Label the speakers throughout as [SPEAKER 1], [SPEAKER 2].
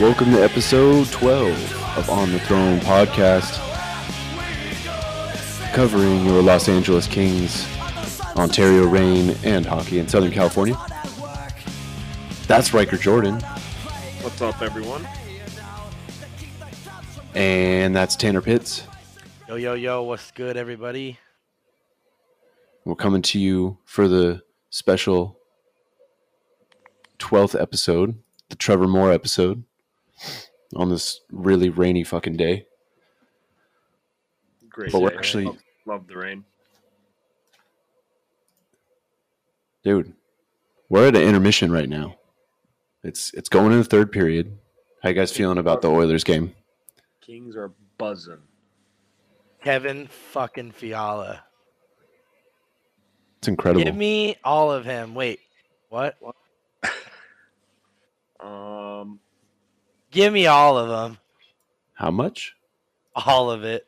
[SPEAKER 1] Welcome to episode 12 of On the Throne podcast, covering your Los Angeles Kings, Ontario Reign, and hockey in Southern California. That's Riker Jordan,
[SPEAKER 2] What's up, everyone?
[SPEAKER 1] and that's Tanner Pitts.
[SPEAKER 3] Yo, yo, yo, what's good, everybody?
[SPEAKER 1] We're coming to you for the special 12th episode, the Trevor Moore episode, on this really rainy fucking day.
[SPEAKER 2] Great.
[SPEAKER 1] But we're
[SPEAKER 2] day.
[SPEAKER 1] actually-
[SPEAKER 2] love, love the rain.
[SPEAKER 1] Dude, we're at an intermission right now. It's it's going in the third period. How you guys feeling about the Oilers game?
[SPEAKER 2] Kings are buzzing.
[SPEAKER 3] Kevin fucking Fiala.
[SPEAKER 1] It's incredible.
[SPEAKER 3] Give me all of him. Wait, what?
[SPEAKER 2] Um,
[SPEAKER 3] Give me all of them.
[SPEAKER 1] How much?
[SPEAKER 3] All of it.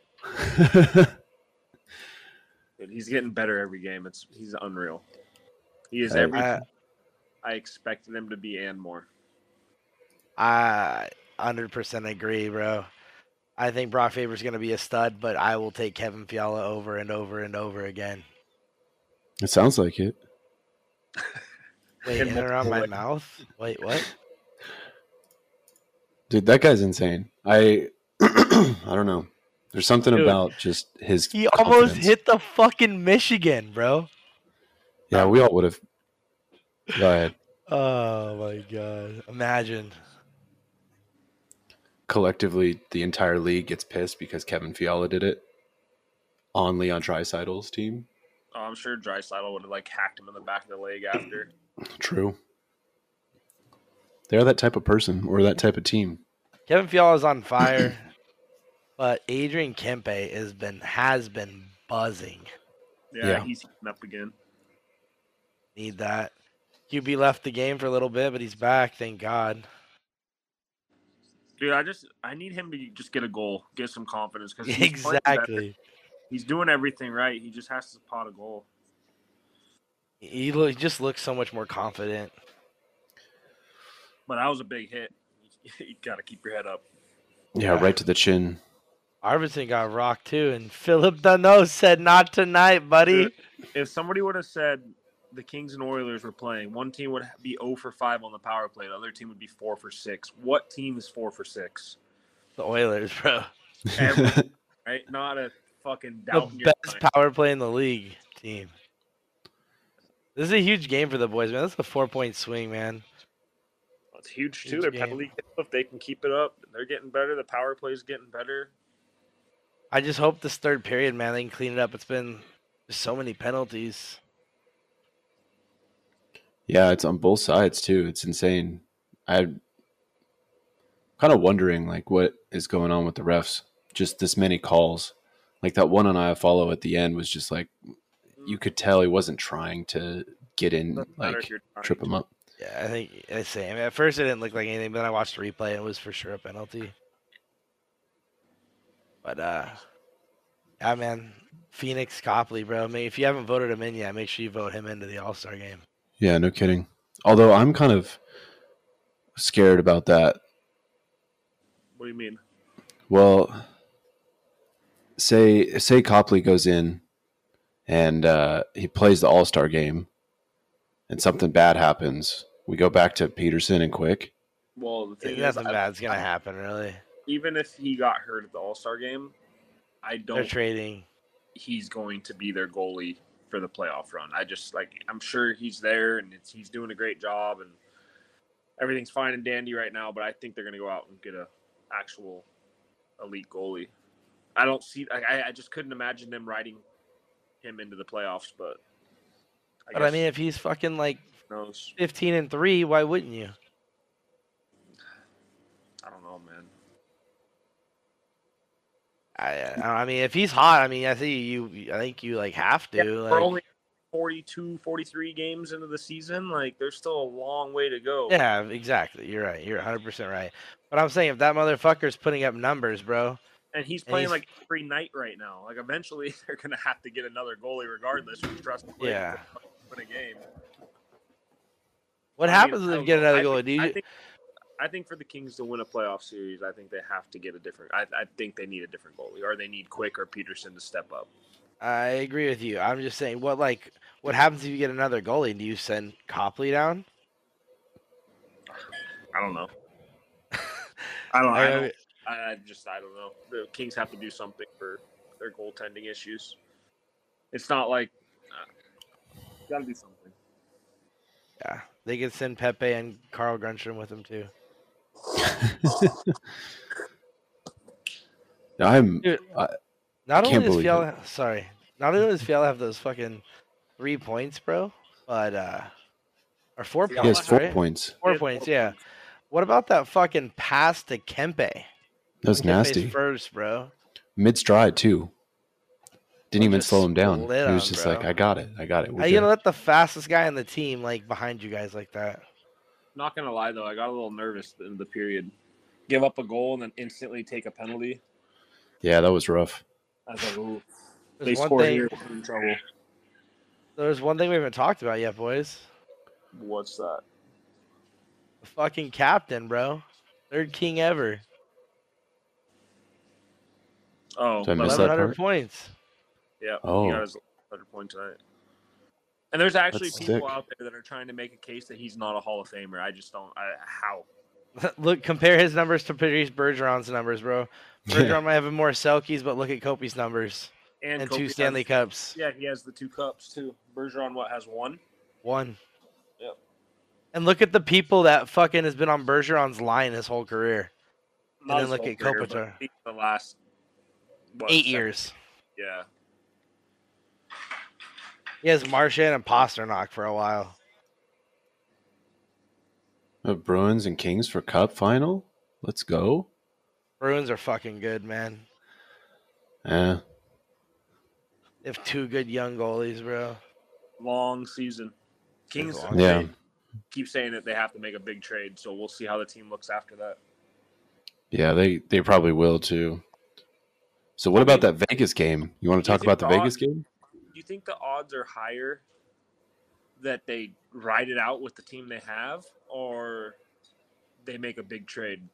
[SPEAKER 2] dude, he's getting better every game. It's he's unreal. He is
[SPEAKER 1] Hey.
[SPEAKER 2] everything
[SPEAKER 3] I,
[SPEAKER 2] I expected him to be and more.
[SPEAKER 3] I 100% agree, bro. I think Brock Faber's going to be a stud, but I will take Kevin Fiala over and over and over again.
[SPEAKER 1] it sounds like it.
[SPEAKER 3] Wait,
[SPEAKER 2] In
[SPEAKER 3] in and around
[SPEAKER 2] multiple
[SPEAKER 3] my
[SPEAKER 2] ways.
[SPEAKER 3] mouth? Wait, what?
[SPEAKER 1] Dude, that guy's insane. I I don't know. There's something
[SPEAKER 3] Dude.
[SPEAKER 1] about just his
[SPEAKER 3] He almost
[SPEAKER 1] confidence.
[SPEAKER 3] hit the fucking Michigan, bro.
[SPEAKER 1] Yeah, we all would have. Go ahead.
[SPEAKER 3] Oh my god. Imagine.
[SPEAKER 1] Collectively, the entire league gets pissed because Kevin Fiala did it on Leon Dreisidle's team.
[SPEAKER 2] Oh, I'm sure Drysaddle would have like hacked him in the back of the leg after.
[SPEAKER 1] True. They're that type of person or that type of team.
[SPEAKER 3] Kevin Fiala is on fire, but Adrian Kempe has been has been buzzing.
[SPEAKER 2] Yeah,
[SPEAKER 1] Yeah.
[SPEAKER 2] he's heating up again.
[SPEAKER 3] Need that. QB left the game for a little bit, but he's back. Thank God.
[SPEAKER 2] Dude, I just I need him to just get a goal, get some confidence because
[SPEAKER 3] exactly.
[SPEAKER 2] he's doing everything right. He just has to pot a goal.
[SPEAKER 3] He, lo- he just looks so much more confident.
[SPEAKER 2] But that was a big hit. you gotta keep your head up.
[SPEAKER 1] Yeah,
[SPEAKER 3] Yeah.
[SPEAKER 1] right to the chin.
[SPEAKER 3] Arvidsson got rocked too, and Philip Dano said, "Not tonight, buddy."
[SPEAKER 2] if somebody would have said the Kings and Oilers were playing, one team would be 0 for 5 on the power play, the other team would be 4 for 6. What team is 4 for 6?
[SPEAKER 3] The Oilers, bro,
[SPEAKER 2] Every, right? Not a fucking
[SPEAKER 3] the
[SPEAKER 2] doubt in your
[SPEAKER 3] best power play in the league. Team. This is a huge game for the boys, man. That's a four-point swing, man.
[SPEAKER 2] It's huge,
[SPEAKER 3] too. Their penalty
[SPEAKER 2] if they can keep it up, they're getting better. The power play is getting better.
[SPEAKER 3] I just hope this third period, man, they can clean it up. It's been just so many penalties.
[SPEAKER 1] Yeah, it's on both sides too. It's insane. I'm kind of wondering like what is going on with the refs. Just this many calls. Like that one on I follow at the end was just like you could tell he wasn't trying to get in
[SPEAKER 2] Mm, Doesn't matter
[SPEAKER 1] like
[SPEAKER 2] if you're trying
[SPEAKER 1] trip him
[SPEAKER 2] to.
[SPEAKER 1] up.
[SPEAKER 3] Yeah, I think I say. I mean, at first it didn't look like anything, but then I watched the replay and it was for sure a penalty. But uh, yeah, man, Phoenix Copley, bro. I mean, if you haven't voted him in yet, make sure you vote him into the All Star game.
[SPEAKER 1] Yeah, no kidding. Although I'm kind of scared about that
[SPEAKER 2] What do you mean?
[SPEAKER 1] Well, say say Copley goes in and uh, he plays the All Star game, and something bad happens. We go back to Peterson and Quick.
[SPEAKER 2] Well, the thing is,
[SPEAKER 3] Nothing
[SPEAKER 2] I-
[SPEAKER 3] bad's gonna happen, really.
[SPEAKER 2] even if he got hurt at the All Star game, I
[SPEAKER 3] They're
[SPEAKER 2] don't
[SPEAKER 3] trading.
[SPEAKER 2] he's going to be their goalie for the playoff run. I just like I'm sure he's there and it's, he's doing a great job and everything's fine and dandy right now. But I think they're going to go out and get a actual elite goalie. I don't see. Like, I I just couldn't imagine them riding him into the playoffs. But I
[SPEAKER 3] But I mean, if he's fucking like
[SPEAKER 2] who knows?
[SPEAKER 3] fifteen and three, why wouldn't you?
[SPEAKER 2] I don't know, man.
[SPEAKER 3] I, I I mean, if he's hot, I mean, I think you. I think you like have to.
[SPEAKER 2] Yeah,
[SPEAKER 3] like-
[SPEAKER 2] we're only 42, 43 games into the season. Like, there's still a long way to go.
[SPEAKER 3] Yeah, exactly. You're right. You're 100 percent right. But I'm saying if that motherfucker's putting up numbers, bro,
[SPEAKER 2] And he's playing like every night right now. Like eventually they're gonna have to get another goalie regardless. Which trust me,
[SPEAKER 3] Yeah.
[SPEAKER 2] win a game.
[SPEAKER 3] What
[SPEAKER 2] I mean,
[SPEAKER 3] happens
[SPEAKER 2] I
[SPEAKER 3] if
[SPEAKER 2] don't
[SPEAKER 3] you get
[SPEAKER 2] know.
[SPEAKER 3] another
[SPEAKER 2] I
[SPEAKER 3] goal?
[SPEAKER 2] think-
[SPEAKER 3] Do you,
[SPEAKER 2] I think, I think for the Kings to win a playoff series, I think they have to get a different. I, I think they need a different goalie, or they need Quick or Peterson to step up.
[SPEAKER 3] I agree with you. I'm just saying, what like what happens if you get another goalie? Do you send Copley down?
[SPEAKER 2] I don't know. I don't. I,
[SPEAKER 3] I-
[SPEAKER 2] don't, I, I just. I don't know. The Kings have to do something for their goaltending issues. It's not like. uh, gotta do something.
[SPEAKER 3] Yeah, they could send Pepe and Carl Grunstrom with them too.
[SPEAKER 1] I'm
[SPEAKER 3] Dude,
[SPEAKER 1] I-
[SPEAKER 3] not
[SPEAKER 1] can't
[SPEAKER 3] only does
[SPEAKER 1] believe it.
[SPEAKER 3] Fiala, sorry, not only does Fiala have those fucking three points, bro, but uh, or four
[SPEAKER 2] He
[SPEAKER 1] he has
[SPEAKER 3] points,
[SPEAKER 1] four
[SPEAKER 3] right?
[SPEAKER 1] points.
[SPEAKER 3] Four
[SPEAKER 2] Yeah,
[SPEAKER 3] points, yeah. What about that fucking pass to Kempe?
[SPEAKER 1] That's
[SPEAKER 3] Kempe's
[SPEAKER 1] nasty.
[SPEAKER 3] First, bro.
[SPEAKER 1] Mid stride too. Didn't
[SPEAKER 3] Well,
[SPEAKER 1] even
[SPEAKER 3] just
[SPEAKER 1] slow him down. He
[SPEAKER 3] split
[SPEAKER 1] was
[SPEAKER 3] him,
[SPEAKER 1] just
[SPEAKER 3] bro.
[SPEAKER 1] like, I got it. I got it. We're
[SPEAKER 3] How you
[SPEAKER 1] good."
[SPEAKER 3] gonna let the fastest guy on the team like behind you guys like that?
[SPEAKER 2] Not gonna lie though, I got a little nervous in the period. Give up a goal and then instantly take a penalty.
[SPEAKER 1] yeah, that was rough.
[SPEAKER 2] I was like, ooh,
[SPEAKER 3] There's
[SPEAKER 2] they
[SPEAKER 3] one
[SPEAKER 2] score
[SPEAKER 3] thing.
[SPEAKER 2] here, we're in trouble.
[SPEAKER 3] There's one thing we haven't talked about yet, boys.
[SPEAKER 2] What's that?
[SPEAKER 3] The fucking captain, bro. Third king ever.
[SPEAKER 2] Oh,
[SPEAKER 1] Did I miss that
[SPEAKER 3] Eleven hundred
[SPEAKER 1] part?
[SPEAKER 3] points.
[SPEAKER 2] Yeah.
[SPEAKER 1] Oh.
[SPEAKER 2] He got his 100 point tonight. And there's actually
[SPEAKER 1] That's
[SPEAKER 2] people
[SPEAKER 1] sick.
[SPEAKER 2] out there that are trying to make a case that he's not a Hall of Famer. I just don't. I, how?
[SPEAKER 3] look, compare his numbers to Patrice Bergeron's numbers, bro. Bergeron
[SPEAKER 1] Yeah.
[SPEAKER 3] might have more selkies, but look at Kopi's numbers and,
[SPEAKER 2] Kobe
[SPEAKER 3] two
[SPEAKER 2] has-
[SPEAKER 3] Stanley Cups.
[SPEAKER 2] Yeah, he has the two cups too. Bergeron what has one?
[SPEAKER 3] One.
[SPEAKER 2] Yep.
[SPEAKER 3] And look at the people that fucking has been on Bergeron's line his whole career.
[SPEAKER 2] Not
[SPEAKER 3] then
[SPEAKER 2] his
[SPEAKER 3] look
[SPEAKER 2] whole
[SPEAKER 3] at
[SPEAKER 2] career, but
[SPEAKER 3] Kopitar.
[SPEAKER 2] I think The last what,
[SPEAKER 3] Eight
[SPEAKER 2] seven-
[SPEAKER 3] years.
[SPEAKER 2] Yeah.
[SPEAKER 3] He has Marchand and Pasternak for a while.
[SPEAKER 1] The Uh, Bruins and Kings for Cup final. Let's go.
[SPEAKER 3] Bruins are fucking good, man.
[SPEAKER 1] Eh,
[SPEAKER 3] They have two good young goalies, bro.
[SPEAKER 2] Long season. Kings
[SPEAKER 3] long
[SPEAKER 1] Yeah.
[SPEAKER 2] they keep saying that they have to make a big trade, so we'll see how the team looks after that.
[SPEAKER 1] yeah, they they probably will too. So what
[SPEAKER 2] I
[SPEAKER 1] about
[SPEAKER 2] mean-
[SPEAKER 1] that Vegas game? You want to talk
[SPEAKER 2] it
[SPEAKER 1] about the
[SPEAKER 2] not-
[SPEAKER 1] Vegas game?
[SPEAKER 2] do you think the odds are higher that they ride it out with the team they have or they make a big trade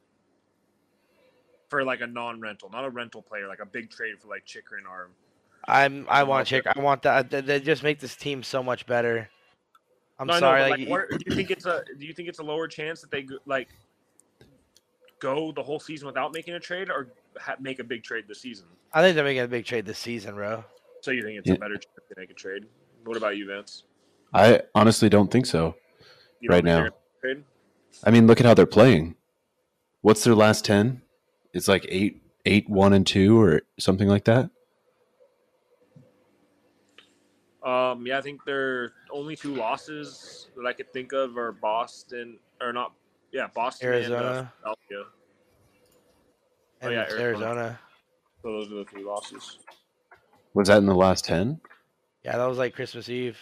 [SPEAKER 2] for like a non-rental not a rental player like a big trade for like chicker and arm
[SPEAKER 3] I'm. I
[SPEAKER 2] I'm
[SPEAKER 3] want
[SPEAKER 2] not
[SPEAKER 3] Chick.
[SPEAKER 2] sure.
[SPEAKER 3] I want that. They, they just make this team so much better. I'm
[SPEAKER 2] No, I know,
[SPEAKER 3] sorry.
[SPEAKER 2] but,
[SPEAKER 3] like,
[SPEAKER 2] like,
[SPEAKER 3] you-
[SPEAKER 2] what- do you think it's a do you think it's a lower chance that they go- like go the whole season without making a trade or ha- make a big trade this season
[SPEAKER 3] I think they're making a big trade this season, bro.
[SPEAKER 2] so you think it's
[SPEAKER 1] Yeah.
[SPEAKER 2] a better chance to make a trade what about you vance
[SPEAKER 1] I honestly don't think so.
[SPEAKER 2] you don't
[SPEAKER 1] Right
[SPEAKER 2] think they're
[SPEAKER 1] now.
[SPEAKER 2] gonna make a trade?
[SPEAKER 1] I mean, look at how they're playing. What's their last ten? It's like eight, eight, one and two, or something like that.
[SPEAKER 2] Um, yeah, I think their only two losses that I could think of are Boston or not. Yeah, Boston
[SPEAKER 3] Arizona.
[SPEAKER 2] and uh, Philadelphia. Oh,
[SPEAKER 3] And
[SPEAKER 2] yeah,
[SPEAKER 3] it's
[SPEAKER 2] Arizona.
[SPEAKER 3] Arizona.
[SPEAKER 2] So those are the three losses.
[SPEAKER 1] Was that in the last ten?
[SPEAKER 3] Yeah, that was like Christmas Eve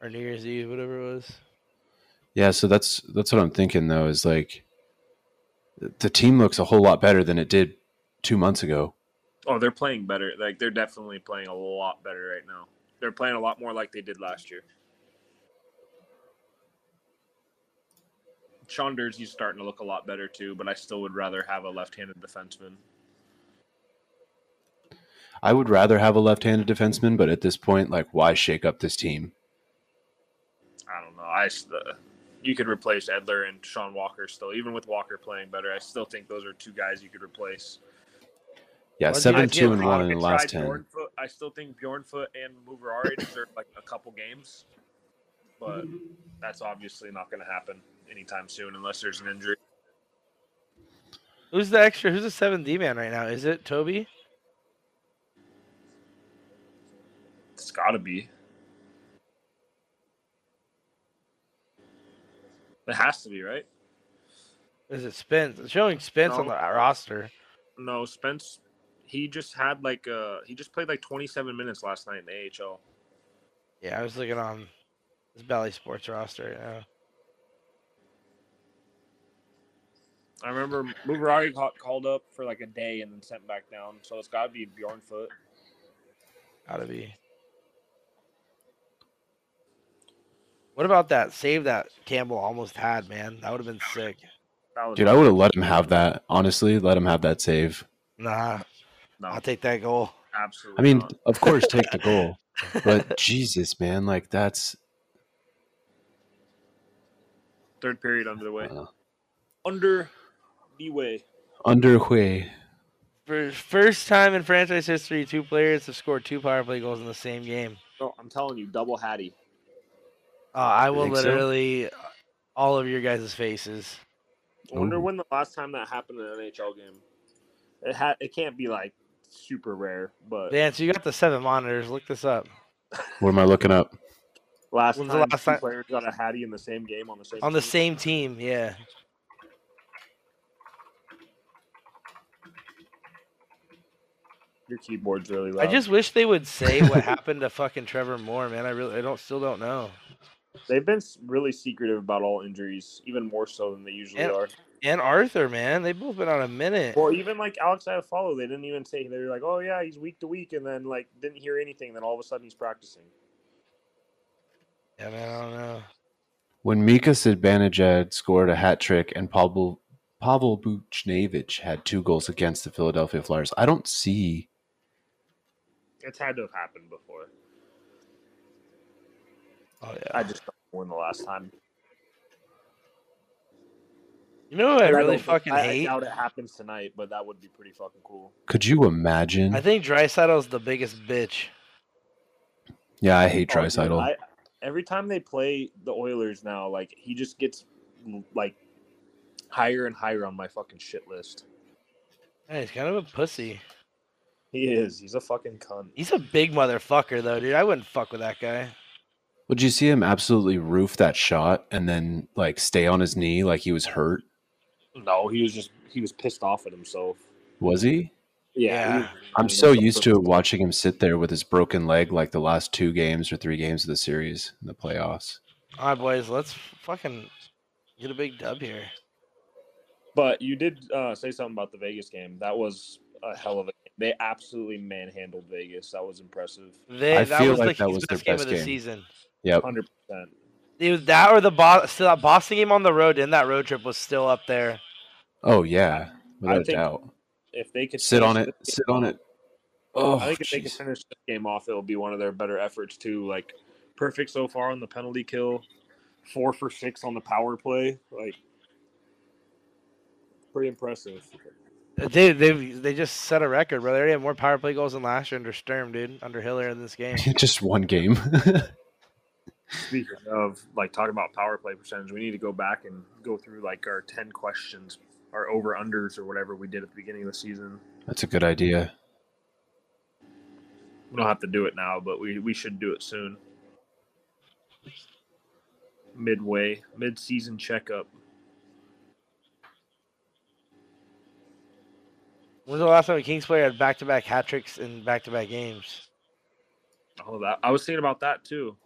[SPEAKER 3] or New Year's Eve, whatever it was.
[SPEAKER 1] Yeah, so that's that's what I'm thinking though. Is like the team looks a whole lot better than it did two months ago.
[SPEAKER 2] Oh, they're playing better. Like they're definitely playing a lot better right now. They're playing a lot more like they did last year. Sean Dursey's starting to look a lot better too, but I still would rather have a left-handed defenseman.
[SPEAKER 1] I would rather have a left-handed defenseman, but at this point, like, why shake up this team?
[SPEAKER 2] I don't know. I s- the, you could replace Edler and Sean Walker still, even with Walker playing better. I still think those are two guys you could replace.
[SPEAKER 1] Yeah,
[SPEAKER 3] Well, the
[SPEAKER 1] seven,
[SPEAKER 3] Knights
[SPEAKER 1] two,
[SPEAKER 3] get
[SPEAKER 1] and
[SPEAKER 2] I
[SPEAKER 1] one
[SPEAKER 2] think
[SPEAKER 1] in the
[SPEAKER 2] I
[SPEAKER 1] last
[SPEAKER 2] tried
[SPEAKER 1] ten.
[SPEAKER 2] Bjornfoot. I still think Bjornfoot and Muvarari deserve like a couple games, but that's obviously not going to happen anytime soon unless there's an injury.
[SPEAKER 3] Who's the extra? Who's the seven D man right now? Is it Toby?
[SPEAKER 2] It's got to be. It has to be right.
[SPEAKER 3] Is it Spence? It's showing Spence on the
[SPEAKER 2] No.
[SPEAKER 3] roster.
[SPEAKER 2] No, Spence. He just had like uh he just played like 27 minutes last night in the AHL.
[SPEAKER 3] Yeah, I was looking on this Bally Sports roster right now.
[SPEAKER 2] I remember Mubarari got called up for like a day and then sent back down. So it's got to be Bjornfoot.
[SPEAKER 3] Gotta be. What about that save that Campbell almost had, man? That would have been sick.
[SPEAKER 2] That was
[SPEAKER 1] Dude, I would have let him have that. Honestly, let him have that save.
[SPEAKER 3] Nah,
[SPEAKER 2] no,
[SPEAKER 3] I'll take that goal.
[SPEAKER 1] I
[SPEAKER 2] absolutely.
[SPEAKER 1] mean,
[SPEAKER 2] not.
[SPEAKER 1] of course, take the goal, but Jesus, man, like that's
[SPEAKER 2] third period under the way.
[SPEAKER 1] uh,
[SPEAKER 2] under the way.
[SPEAKER 1] underway.
[SPEAKER 3] For first time in franchise history, two players have scored two power play goals in the same game.
[SPEAKER 2] No, I'm telling you, double Hattie.
[SPEAKER 3] Uh, I will
[SPEAKER 1] think so?
[SPEAKER 3] literally uh, all of your guys' faces.
[SPEAKER 2] I wonder
[SPEAKER 1] Ooh.
[SPEAKER 2] when the last time that happened in an NHL game. It ha- it can't be like super rare, but
[SPEAKER 3] Dan, so you got the seven monitors. Look this up.
[SPEAKER 1] What am I looking up?
[SPEAKER 2] last
[SPEAKER 3] When's the
[SPEAKER 2] time
[SPEAKER 3] last
[SPEAKER 2] two
[SPEAKER 3] time-
[SPEAKER 2] players got a Hattie in the same game on the same
[SPEAKER 3] On the
[SPEAKER 2] team.
[SPEAKER 3] same team, yeah.
[SPEAKER 2] Your keyboard's really
[SPEAKER 3] I
[SPEAKER 2] loud.
[SPEAKER 3] just wish they would say what happened to fucking Trevor Moore, man. I really, I don't, still don't know.
[SPEAKER 2] they've been s- really secretive about all injuries, even more so than they usually
[SPEAKER 3] And-
[SPEAKER 2] are.
[SPEAKER 3] And Arthur, man, they've both been on a minute.
[SPEAKER 2] Well, even like Alex Iafallo, they didn't even say they were like, "Oh yeah, he's week to week," and then like didn't hear anything. Then all of a sudden he's practicing.
[SPEAKER 3] Yeah, man, I don't know.
[SPEAKER 1] When Mika Zibanejad scored a hat trick and Pavel Pavel Buchnevich had two goals against the Philadelphia Flyers, I don't see.
[SPEAKER 2] It's had to have happened before.
[SPEAKER 3] Oh yeah.
[SPEAKER 2] I just don't know when the last time.
[SPEAKER 3] you know what I
[SPEAKER 2] And
[SPEAKER 3] really
[SPEAKER 2] don't think-
[SPEAKER 3] fucking
[SPEAKER 2] I, I
[SPEAKER 3] hate?
[SPEAKER 2] doubt it happens tonight, but that would be pretty fucking cool.
[SPEAKER 1] Could you imagine?
[SPEAKER 3] I think Drysaddle's the biggest bitch.
[SPEAKER 1] yeah, I hate
[SPEAKER 2] Oh, dude,
[SPEAKER 1] Drysidle.
[SPEAKER 2] I- every time they play the Oilers now, like he just gets like higher and higher on my fucking shit list.
[SPEAKER 3] Yeah, he's kind of a pussy.
[SPEAKER 2] He is. He's a fucking cunt.
[SPEAKER 3] He's a big motherfucker though, dude. I wouldn't fuck with that guy.
[SPEAKER 1] Would you see him absolutely roof that shot and then like stay on his knee like he was hurt?
[SPEAKER 2] No, he was just he was pissed off at himself.
[SPEAKER 1] Was he?
[SPEAKER 2] Yeah, he
[SPEAKER 3] Yeah.
[SPEAKER 2] was-
[SPEAKER 1] I'm so used to watching him sit there with his broken leg like the last two games or three games of the series in the playoffs.
[SPEAKER 3] All right, boys, let's fucking get a big dub here.
[SPEAKER 2] But you did uh, say something about the Vegas game. That was a hell of a. They absolutely manhandled Vegas. That was impressive.
[SPEAKER 3] They,
[SPEAKER 1] I
[SPEAKER 3] that
[SPEAKER 1] feel
[SPEAKER 3] was
[SPEAKER 1] like
[SPEAKER 3] the
[SPEAKER 1] that
[SPEAKER 3] Heat's
[SPEAKER 1] was their
[SPEAKER 3] best game
[SPEAKER 1] best
[SPEAKER 3] of the
[SPEAKER 1] game.
[SPEAKER 3] season.
[SPEAKER 1] Yep.
[SPEAKER 2] Hundred percent.
[SPEAKER 3] It was that or the Boston, still that Boston game on the road, and that road trip was still up there.
[SPEAKER 1] Oh yeah, without a
[SPEAKER 2] think-
[SPEAKER 1] doubt.
[SPEAKER 2] If they could
[SPEAKER 1] Sit on
[SPEAKER 2] finish
[SPEAKER 1] it.
[SPEAKER 2] this
[SPEAKER 1] Sit on it. Oh,
[SPEAKER 2] I think if they can
[SPEAKER 1] jeez.
[SPEAKER 2] finish this game off, it'll be one of their better efforts too. Like perfect so far on the penalty kill, four for six on the power play. Like pretty impressive.
[SPEAKER 3] They they they just set a record, bro. They already have more power play goals than last year under Sturm, dude. Under Hiller in this game.
[SPEAKER 1] just one game.
[SPEAKER 2] Speaking of like talking about power play percentage, we need to go back and go through like our ten questions, our over unders or whatever we did at the beginning of the season.
[SPEAKER 1] That's a good idea.
[SPEAKER 2] We don't have to do it now, but we, we should do it soon. Midway, mid season checkup.
[SPEAKER 3] When's the last time a Kings player had back to back hat tricks in back to back games?
[SPEAKER 2] Oh, that I was thinking about that too.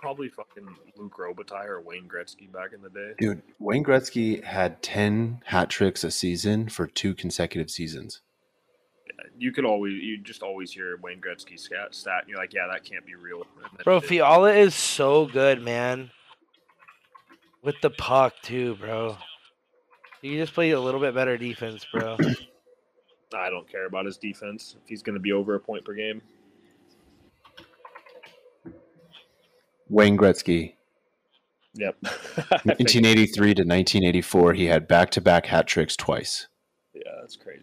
[SPEAKER 2] Probably fucking Luke Robitaille or Wayne Gretzky back in the day.
[SPEAKER 1] Dude, Wayne Gretzky had 10 hat tricks a season for two consecutive seasons.
[SPEAKER 2] You could always, you just always hear Wayne Gretzky stat, stat and you're like, yeah, that can't be real. And then
[SPEAKER 3] Bro,
[SPEAKER 2] it-
[SPEAKER 3] Fiala is so good, man. With the puck too, bro. You just play a little bit better defense, bro.
[SPEAKER 2] I don't care about his defense. If he's going to be over a point per game,
[SPEAKER 1] Wayne Gretzky,
[SPEAKER 2] yep. I think-
[SPEAKER 1] 1983 to 1984, he had back to back hat tricks twice.
[SPEAKER 2] yeah, that's crazy.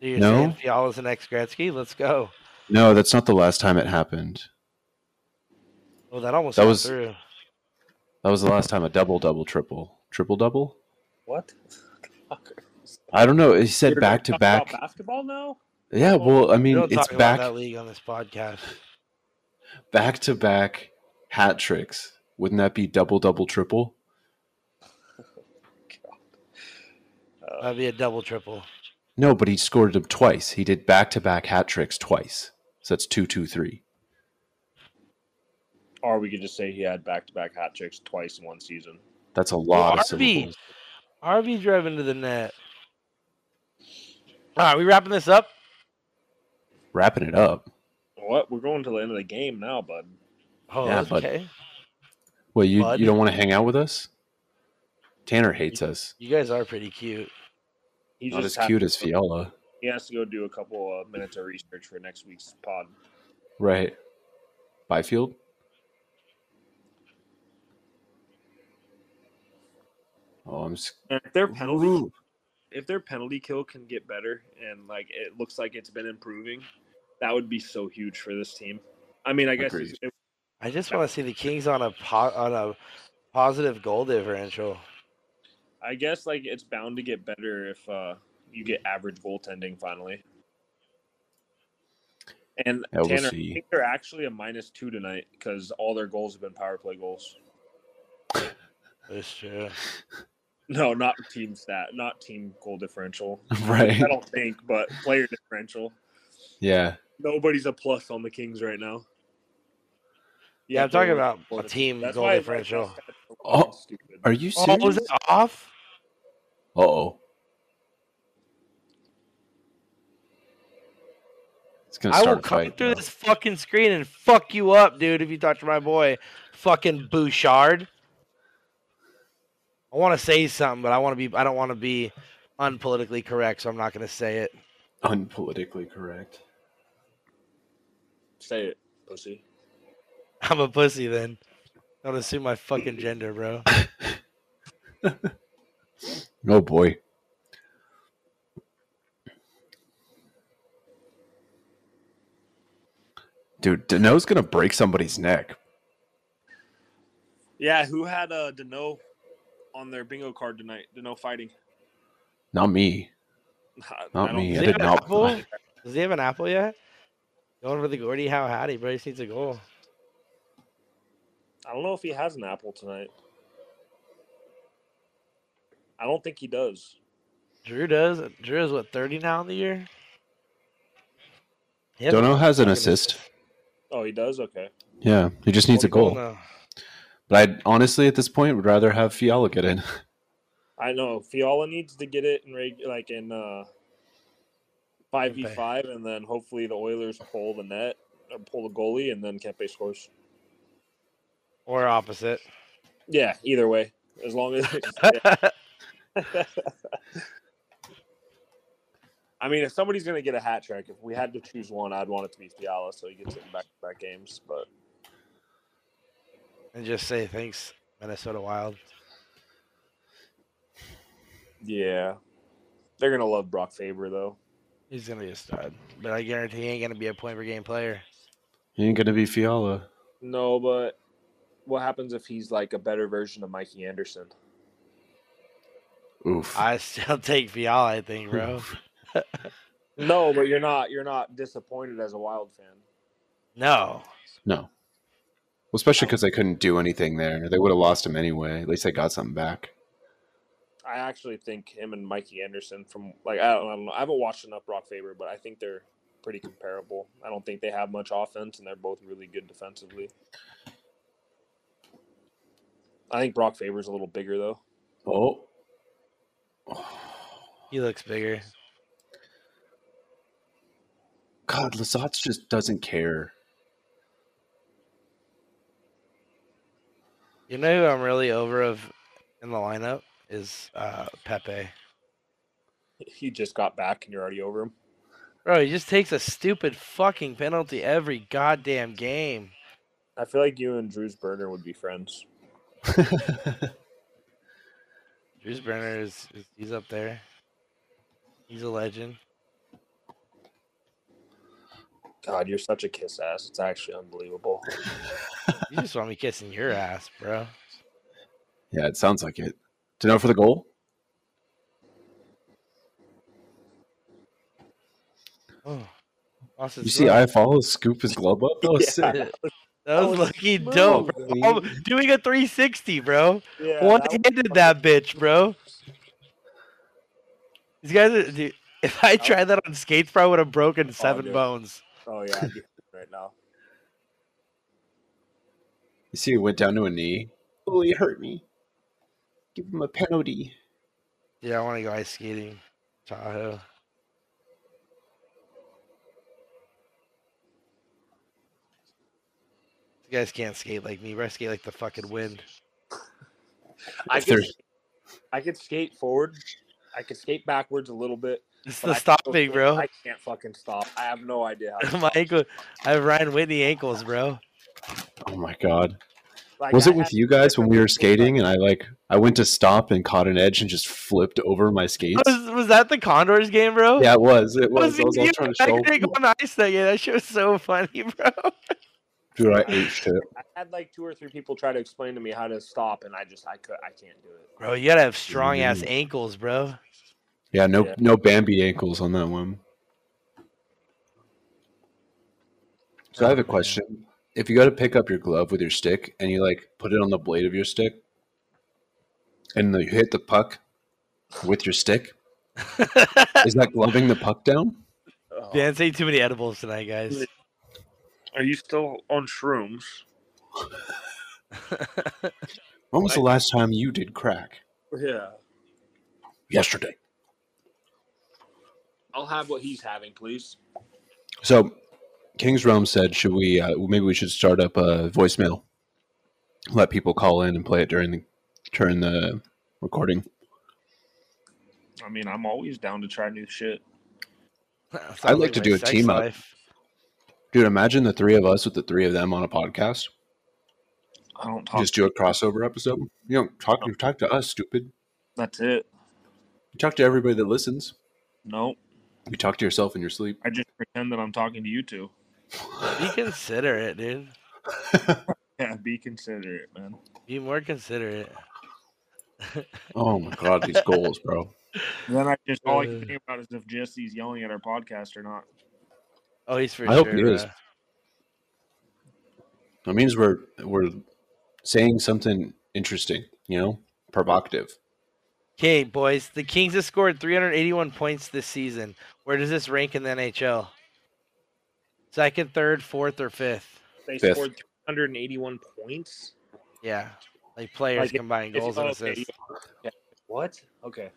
[SPEAKER 3] So You're
[SPEAKER 1] No?
[SPEAKER 3] saying Fiala's an ex Gretzky? Let's go.
[SPEAKER 1] No, that's not the last time it happened.
[SPEAKER 3] Well, Oh, that almost
[SPEAKER 1] That
[SPEAKER 3] went
[SPEAKER 1] was-
[SPEAKER 3] through.
[SPEAKER 1] That was the last time a double, double, triple. Triple double?
[SPEAKER 2] What?
[SPEAKER 1] I don't know. He said
[SPEAKER 2] We're
[SPEAKER 1] back to
[SPEAKER 2] talking about
[SPEAKER 1] back.
[SPEAKER 2] basketball now.
[SPEAKER 1] Yeah, well, I
[SPEAKER 3] We
[SPEAKER 1] mean,
[SPEAKER 3] don't
[SPEAKER 1] it's
[SPEAKER 3] talk about
[SPEAKER 1] back
[SPEAKER 3] that league on this podcast.
[SPEAKER 1] back to back hat tricks. Wouldn't that be double, double, triple?
[SPEAKER 2] Uh,
[SPEAKER 3] That'd be a double triple.
[SPEAKER 1] No, but he scored them twice. He did back to back hat tricks twice. So that's two, two, three.
[SPEAKER 2] or we could just say he had back to back hat tricks twice in one season.
[SPEAKER 1] That's a lot of
[SPEAKER 3] RB.
[SPEAKER 1] syllables.
[SPEAKER 3] RV drove into the net. All right, we wrapping this up.
[SPEAKER 1] Wrapping it up.
[SPEAKER 2] What? We're going to the end of the game now, bud.
[SPEAKER 3] Oh,
[SPEAKER 1] Yeah,
[SPEAKER 3] that's
[SPEAKER 1] bud.
[SPEAKER 3] okay.
[SPEAKER 1] Well, you
[SPEAKER 3] Bud.
[SPEAKER 1] you don't want to hang out with us? Tanner hates us.
[SPEAKER 3] You guys are pretty cute.
[SPEAKER 2] He's
[SPEAKER 1] Not as
[SPEAKER 2] has
[SPEAKER 1] cute
[SPEAKER 2] to
[SPEAKER 1] as
[SPEAKER 2] go-
[SPEAKER 1] Fiala.
[SPEAKER 2] He has to go do a couple of minutes of research for next week's pod.
[SPEAKER 1] Right. Byfield? Oh, I'm s-
[SPEAKER 2] And if their penalty,
[SPEAKER 1] Ooh.
[SPEAKER 2] if their penalty kill can get better, and like it looks like it's been improving, that would be so huge for this team. I mean, I guess
[SPEAKER 1] Agreed.
[SPEAKER 2] it-
[SPEAKER 3] I just want to see the Kings on a po- on a positive goal differential.
[SPEAKER 2] I guess like it's bound to get better if uh, you get average goaltending finally. And
[SPEAKER 1] Yeah, we'll
[SPEAKER 2] Tanner,
[SPEAKER 1] see.
[SPEAKER 2] I think they're actually a minus two tonight because all their goals have been power play goals.
[SPEAKER 3] That's true.
[SPEAKER 2] No, not team stat, not team goal differential.
[SPEAKER 1] right.
[SPEAKER 2] I don't think, but player differential.
[SPEAKER 1] Yeah.
[SPEAKER 2] Nobody's a plus on the Kings right now.
[SPEAKER 3] Yeah, I'm talking about a
[SPEAKER 2] That's
[SPEAKER 3] team goal
[SPEAKER 2] why I like
[SPEAKER 3] differential.
[SPEAKER 2] that stat so
[SPEAKER 1] Oh,
[SPEAKER 2] stupid.
[SPEAKER 1] Are you
[SPEAKER 3] Oh,
[SPEAKER 1] serious?
[SPEAKER 3] was it off?
[SPEAKER 1] Uh-oh. It's going to
[SPEAKER 3] I
[SPEAKER 1] start
[SPEAKER 3] will
[SPEAKER 1] a
[SPEAKER 3] come
[SPEAKER 1] fight.
[SPEAKER 3] through
[SPEAKER 1] though.
[SPEAKER 3] this fucking screen and fuck you up, dude. If you talk to my boy, fucking Bouchard. I want to say something, but I want to be. I don't want to be unpolitically correct, so I'm not going to say it.
[SPEAKER 1] Unpolitically correct.
[SPEAKER 2] Say it, pussy.
[SPEAKER 3] I'm a pussy then. Don't assume my fucking gender, bro.
[SPEAKER 1] Oh boy. Dude, Dano's gonna break somebody's neck.
[SPEAKER 2] Yeah, who had uh, Dano on their bingo card tonight? Dano fighting.
[SPEAKER 1] Not me.
[SPEAKER 2] I-
[SPEAKER 1] Not
[SPEAKER 2] I don't
[SPEAKER 1] me. I did
[SPEAKER 2] think-
[SPEAKER 3] Does he have an
[SPEAKER 1] not
[SPEAKER 3] apple?
[SPEAKER 1] plan.
[SPEAKER 3] Does he have an apple yet? Going for the Gordie Howe Hattie, bro. He just needs a goal.
[SPEAKER 2] I don't know if he has an apple tonight. I don't think he does.
[SPEAKER 3] Drew does. Drew is what 30 now in the year. He has a
[SPEAKER 1] Dono has an
[SPEAKER 3] fucking
[SPEAKER 1] assist.
[SPEAKER 2] Oh, he does. Okay.
[SPEAKER 1] Yeah, he just needs a goal.
[SPEAKER 3] Only now.
[SPEAKER 1] But I honestly, at this point, would rather have Fiala get in.
[SPEAKER 2] I know Fiala needs to get it in reg- like in uh five v five, and then hopefully the Oilers pull the net or pull the goalie, and then Kempe scores.
[SPEAKER 3] or opposite.
[SPEAKER 2] Yeah, either way, as long as I mean, if somebody's gonna get a hat trick, if we had to choose one, I'd want it to be Fiala, so he gets it in back to back games. But
[SPEAKER 3] and just say thanks, Minnesota Wild.
[SPEAKER 2] yeah, they're gonna love Brock Faber though.
[SPEAKER 3] He's gonna be a stud, but I guarantee he ain't gonna be a point per game player.
[SPEAKER 1] He ain't gonna be Fiala.
[SPEAKER 2] No, but what happens if he's like a better version of Mikey Anderson?
[SPEAKER 1] Oof.
[SPEAKER 3] I still take Fiala, I think, bro.
[SPEAKER 2] No, but you're not. You're not disappointed as a Wild fan.
[SPEAKER 3] no,
[SPEAKER 1] no. Well, especially because they couldn't do anything there. They would have lost him anyway. At least they got something back.
[SPEAKER 2] I actually think him and Mikey Anderson from like I don't, I don't know. I haven't watched enough Brock Faber, but I think they're pretty comparable. I don't think they have much offense, and they're both really good defensively. I think Brock Faber's a little bigger though.
[SPEAKER 1] Oh.
[SPEAKER 3] he looks bigger.
[SPEAKER 1] God, Lazat's just doesn't care.
[SPEAKER 3] You know who I'm really over of in the lineup is uh, Pepe.
[SPEAKER 2] He just got back, and you're already over him.
[SPEAKER 3] Bro, he just takes a stupid fucking penalty every goddamn game.
[SPEAKER 2] I feel like you and Drew's burner would be friends.
[SPEAKER 3] Drews Brenner is, is he's up there. He's a legend.
[SPEAKER 2] God, you're such a kiss ass. It's actually unbelievable.
[SPEAKER 3] You just want me kissing your ass, bro.
[SPEAKER 1] Yeah, it sounds like it. To know for the goal?
[SPEAKER 3] Oh, lost his
[SPEAKER 1] You see,
[SPEAKER 3] glove.
[SPEAKER 1] I follow scoop his glove up. That was sick.
[SPEAKER 3] Yeah. That was lucky dope, bro. Oh, doing a 360, bro.
[SPEAKER 2] Yeah,
[SPEAKER 3] One handed that bitch, bro. These guys are, dude, if I
[SPEAKER 2] That
[SPEAKER 3] tried that on skates, bro, I would have broken seven
[SPEAKER 2] dude.
[SPEAKER 3] bones.
[SPEAKER 2] Oh yeah, I'd be right now.
[SPEAKER 1] You see, he went down to a knee. Oh, he hurt me. Give him a penalty.
[SPEAKER 3] Yeah, I want to go ice skating. Tahoe. You guys can't skate like me. bro. I skate like the fucking wind.
[SPEAKER 2] I
[SPEAKER 1] If
[SPEAKER 2] could,
[SPEAKER 1] there's-
[SPEAKER 2] I could skate forward. I could skate backwards a little bit.
[SPEAKER 3] It's
[SPEAKER 2] but
[SPEAKER 3] the
[SPEAKER 2] I-
[SPEAKER 3] stopping, bro.
[SPEAKER 2] I can't fucking stop. I have no idea how. To
[SPEAKER 3] my ankle. I have Ryan Whitney ankles, bro.
[SPEAKER 1] Oh my god!
[SPEAKER 2] Like,
[SPEAKER 1] Was
[SPEAKER 2] I
[SPEAKER 1] it with
[SPEAKER 2] had-
[SPEAKER 1] you guys when we were skating and I like I went to stop and caught an edge and just flipped over my skates?
[SPEAKER 3] Was, was that the Condors game, bro?
[SPEAKER 1] Yeah, it was. It was. I
[SPEAKER 3] it
[SPEAKER 1] was all
[SPEAKER 3] you?
[SPEAKER 1] trying to
[SPEAKER 3] I
[SPEAKER 1] show.
[SPEAKER 3] couldn't go on ice that game. That shit was so funny, bro.
[SPEAKER 1] Dude, I ate shit.
[SPEAKER 2] I had like two or three people try to explain to me how to stop, and I just I could I can't do it.
[SPEAKER 3] Bro, you gotta have strong ass
[SPEAKER 1] Mm.
[SPEAKER 3] ankles, bro.
[SPEAKER 1] Yeah, no,
[SPEAKER 2] Yeah.
[SPEAKER 1] no Bambi ankles on that one. So I have a question. If you go to pick up your glove with your stick and you like put it on the blade of your stick, and you hit the puck with your stick, is that gloving the puck down?
[SPEAKER 2] Oh.
[SPEAKER 3] Dan's ate too many edibles tonight, guys.
[SPEAKER 2] Are you still on shrooms?
[SPEAKER 1] When was the last time you did crack?
[SPEAKER 2] Yeah.
[SPEAKER 1] Yesterday.
[SPEAKER 2] I'll have what he's having, please.
[SPEAKER 1] So, King's Realm said, "Should we? Uh, well, maybe we should start up a voicemail. Let people call in and play it during the during the recording."
[SPEAKER 2] I mean, I'm always down to try new shit.
[SPEAKER 3] Sounds
[SPEAKER 1] like to
[SPEAKER 3] my
[SPEAKER 1] do a
[SPEAKER 3] sex
[SPEAKER 1] team up.
[SPEAKER 3] life.
[SPEAKER 1] Dude, imagine the three of us with the three of them on a podcast.
[SPEAKER 2] I don't talk.
[SPEAKER 1] Just do a crossover episode. You don't talk. You talk to us, stupid.
[SPEAKER 2] that's it.
[SPEAKER 1] You talk to everybody that listens.
[SPEAKER 2] No,
[SPEAKER 1] You talk to yourself in your sleep.
[SPEAKER 2] I just pretend that I'm talking to you two.
[SPEAKER 3] Be considerate, dude.
[SPEAKER 2] Yeah, be considerate, man.
[SPEAKER 3] Be more considerate.
[SPEAKER 1] Oh my god, these goals, bro.
[SPEAKER 2] then I just all I
[SPEAKER 3] Uh.
[SPEAKER 2] can think about is if Jesse's yelling at our podcast or not.
[SPEAKER 3] Oh, he's for
[SPEAKER 1] I
[SPEAKER 3] sure.
[SPEAKER 1] hope he is.
[SPEAKER 3] bro.
[SPEAKER 1] That means we're we're saying something interesting. You know, provocative.
[SPEAKER 3] Okay, boys, the Kings have scored 381 points this season. Where does this rank in the NHL? Second, third, fourth, or fifth?
[SPEAKER 2] They
[SPEAKER 1] Fifth.
[SPEAKER 2] scored 381 points.
[SPEAKER 3] Yeah, like players
[SPEAKER 2] Like, if-
[SPEAKER 3] combined goals and assists.
[SPEAKER 2] What? Okay.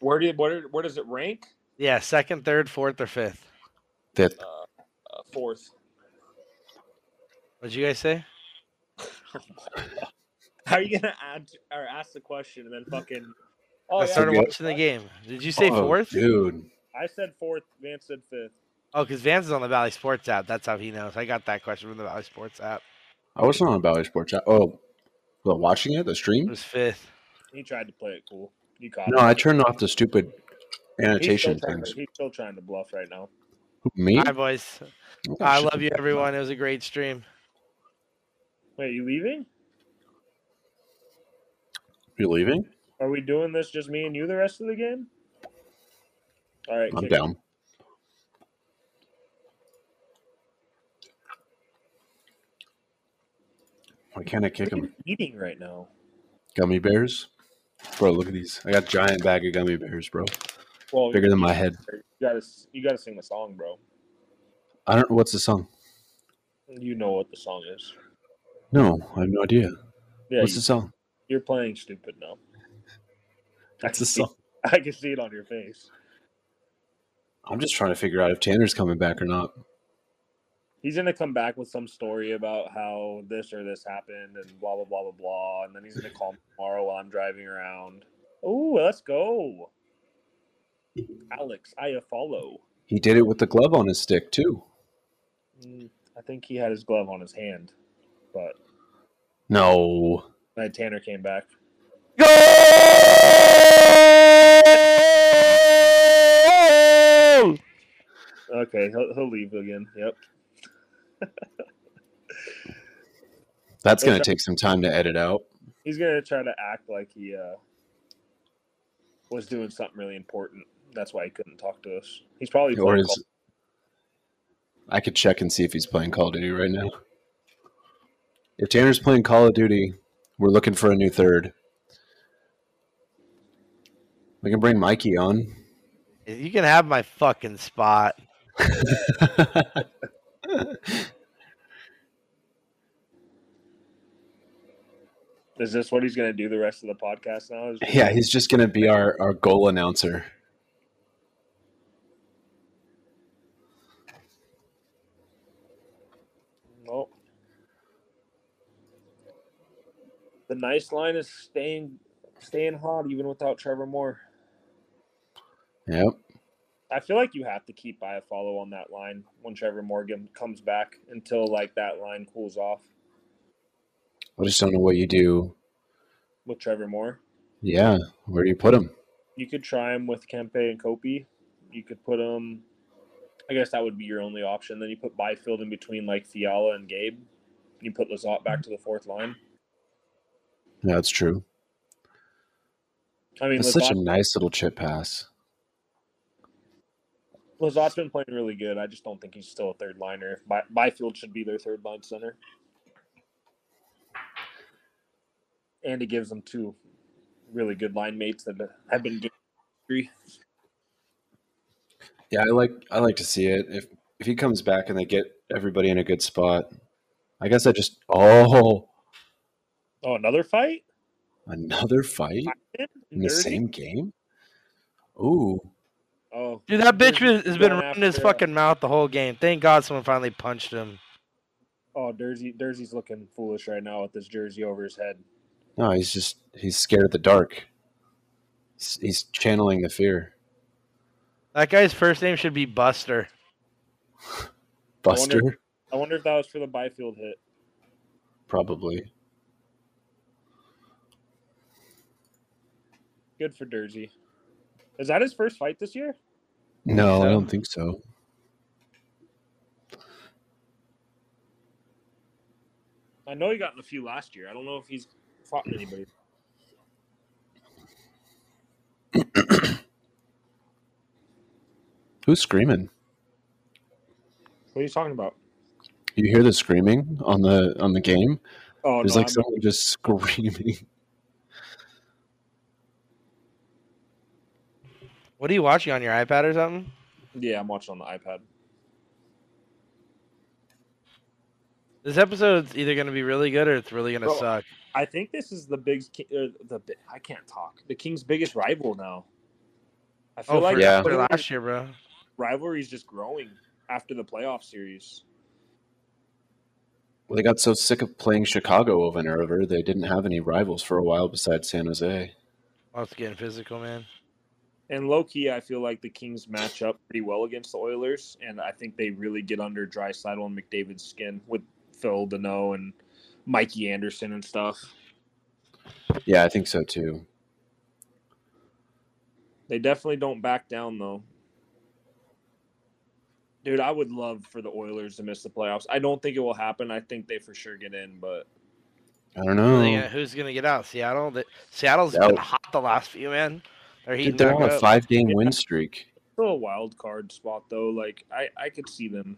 [SPEAKER 2] Where do you, where, where does it rank?
[SPEAKER 3] Yeah, second, third, fourth, or fifth.
[SPEAKER 1] Fifth.
[SPEAKER 2] Uh, fourth.
[SPEAKER 3] What'd you guys say?
[SPEAKER 2] How are you gonna add or ask the question and then fucking? Oh,
[SPEAKER 3] I
[SPEAKER 2] yeah,
[SPEAKER 3] started
[SPEAKER 1] Okay.
[SPEAKER 3] watching the game. Did you say
[SPEAKER 1] Oh,
[SPEAKER 3] fourth?
[SPEAKER 1] dude.
[SPEAKER 2] I said fourth. Vance said fifth.
[SPEAKER 3] Oh, because Vance is on the Valley Sports app. That's how he knows. I got that question from the Valley Sports app.
[SPEAKER 1] I wasn't on Valley Sports. I- Oh, well, watching it, the
[SPEAKER 3] It
[SPEAKER 1] stream.
[SPEAKER 3] was fifth.
[SPEAKER 2] He tried to play it cool. You caught
[SPEAKER 1] No,
[SPEAKER 2] it.
[SPEAKER 1] I turned off the stupid
[SPEAKER 2] He's still,
[SPEAKER 1] annotation
[SPEAKER 2] trying to,
[SPEAKER 1] things.
[SPEAKER 2] he's still trying to bluff right now.
[SPEAKER 1] Me,
[SPEAKER 3] Hi, boys.
[SPEAKER 1] got
[SPEAKER 3] I
[SPEAKER 1] shit
[SPEAKER 3] love
[SPEAKER 1] to
[SPEAKER 3] you,
[SPEAKER 1] talk about.
[SPEAKER 3] everyone. It was a great stream.
[SPEAKER 2] Wait, you leaving?
[SPEAKER 1] You leaving?
[SPEAKER 2] Are we doing this just me and you the rest of the game? All right,
[SPEAKER 1] I'm
[SPEAKER 2] kick-
[SPEAKER 1] down. Why can't I kick
[SPEAKER 2] What are you
[SPEAKER 1] them?
[SPEAKER 2] eating right now?
[SPEAKER 1] Gummy bears, bro. Look at these. I got a giant bag of gummy bears, bro.
[SPEAKER 2] Well,
[SPEAKER 1] Bigger than my head.
[SPEAKER 2] you gotta s- you gotta sing the song, bro.
[SPEAKER 1] I don't know what's the song.
[SPEAKER 2] You know what the song is.
[SPEAKER 1] No, I have no idea.
[SPEAKER 2] Yeah,
[SPEAKER 1] what's the song?
[SPEAKER 2] you, are playing stupid now. I
[SPEAKER 1] That's
[SPEAKER 2] can
[SPEAKER 1] the
[SPEAKER 2] see-
[SPEAKER 1] song.
[SPEAKER 2] I can see it on your face.
[SPEAKER 1] I'm just trying to figure out if Tanner's coming back or not.
[SPEAKER 2] he's gonna come back with some story about how this or this happened and blah blah blah blah blah, and then he's gonna call me tomorrow while I'm driving around. Oh, let's go, Alex. I follow.
[SPEAKER 1] He did it with the glove on his stick too.
[SPEAKER 2] Mm, I think he had his glove on his hand, but
[SPEAKER 1] No.
[SPEAKER 2] then Tanner came back.
[SPEAKER 3] Goal!
[SPEAKER 2] Okay, he'll, he'll leave again. Yep.
[SPEAKER 1] That's going
[SPEAKER 2] Okay.
[SPEAKER 1] to take some time to edit out.
[SPEAKER 2] He's gonna try to act like he uh, was doing something really important. That's why he couldn't talk to us. He's probably
[SPEAKER 1] Or
[SPEAKER 2] playing
[SPEAKER 1] is, I could check and see if he's playing Call of Duty right now. If Tanner's playing Call of Duty, we're looking for a new third. We can bring Mikey on.
[SPEAKER 3] You can have my fucking spot.
[SPEAKER 2] Is this what he's going to do the rest of the podcast now? Is-
[SPEAKER 1] Yeah, he's just going to be our, our goal announcer.
[SPEAKER 2] Nope. The nice line is staying staying hot even without Trevor Moore.
[SPEAKER 1] Yep.
[SPEAKER 2] I feel like you have to keep by a follow on that line when Trevor Morgan comes back until like that line cools off
[SPEAKER 1] I just don't know what you do.
[SPEAKER 2] with Trevor Moore.
[SPEAKER 1] Yeah. Where do you put him?
[SPEAKER 2] You could try him with Kempe and Kopi. You could put him. I guess that would be your only option. Then you put Byfield in between like Fiala and Gabe. You put Lazat back to the fourth line.
[SPEAKER 1] Yeah, that's true.
[SPEAKER 2] I mean,
[SPEAKER 1] That's such a
[SPEAKER 2] Lazat,
[SPEAKER 1] nice little chip pass.
[SPEAKER 2] Lazat's been playing really good. I just don't think he's still a third liner. By, Byfield should be their third line center. And he gives them two really good line mates that have been doing
[SPEAKER 1] Yeah, I like I like to see it. If if he comes back and they get everybody in a good spot, I guess I just oh
[SPEAKER 2] Oh, another fight?
[SPEAKER 1] another fight in the
[SPEAKER 2] Dirty?
[SPEAKER 1] same game. Ooh,
[SPEAKER 2] Oh,
[SPEAKER 3] Dude, that bitch has has been
[SPEAKER 2] Going
[SPEAKER 3] running his
[SPEAKER 2] after, uh,
[SPEAKER 3] fucking mouth the whole game. Thank God someone finally punched him.
[SPEAKER 2] oh, Dersey, Dersey's looking foolish right now with this jersey over his head.
[SPEAKER 1] no, he's just he's scared of the dark. He's, he's channeling the fear.
[SPEAKER 3] That guy's first name should be Buster.
[SPEAKER 1] Buster,
[SPEAKER 2] wonder- I wonder if that was for the Byfield hit.
[SPEAKER 1] probably.
[SPEAKER 2] Good for Dersey. Is that his first fight this year?
[SPEAKER 1] No, I
[SPEAKER 3] so.
[SPEAKER 1] don't think so.
[SPEAKER 2] I know he got in a few last year. I don't know if he's fought anybody.
[SPEAKER 1] Who's screaming?
[SPEAKER 2] What are you talking about?
[SPEAKER 1] You hear the screaming on the on the game?
[SPEAKER 2] Oh,
[SPEAKER 1] There's
[SPEAKER 2] no,
[SPEAKER 1] like
[SPEAKER 2] I'm-
[SPEAKER 1] someone just screaming.
[SPEAKER 3] What are you watching on your iPad or something?
[SPEAKER 2] yeah, I'm watching on the iPad.
[SPEAKER 3] This episode's either gonna be really good or it's really gonna
[SPEAKER 2] Bro.
[SPEAKER 3] suck.
[SPEAKER 2] I think this is the big, or the bi- I can't talk. The King's biggest rival now. I feel
[SPEAKER 3] Oh,
[SPEAKER 2] like
[SPEAKER 3] for,
[SPEAKER 1] Yeah.
[SPEAKER 3] for last year, bro.
[SPEAKER 2] rivalry is just growing after the playoff series.
[SPEAKER 1] Well, they got so sick of playing Chicago over and over, they didn't have any rivals for a while besides San Jose.
[SPEAKER 3] Oh, it's getting physical, man.
[SPEAKER 2] And low key, I feel like the Kings match up pretty well against the Oilers, and I think they really get under Drysdale and McDavid's skin with Phil Deneau and Mikey Anderson and stuff.
[SPEAKER 1] Yeah, I think so too.
[SPEAKER 2] They definitely don't back down though. Dude, I would love for the Oilers to miss the playoffs. I don't think it will happen. I think they for sure get in, but
[SPEAKER 1] I don't
[SPEAKER 3] Who
[SPEAKER 1] know.
[SPEAKER 3] they gonna- who's gonna get out? Seattle. The, Seattle's
[SPEAKER 1] Seattle.
[SPEAKER 3] been hot the last few, man. They're heating
[SPEAKER 1] Dude, they're
[SPEAKER 3] back
[SPEAKER 1] on a
[SPEAKER 3] up.
[SPEAKER 1] five game
[SPEAKER 2] Yeah.
[SPEAKER 1] win streak.
[SPEAKER 2] still a wild card spot though. Like I, I could see them.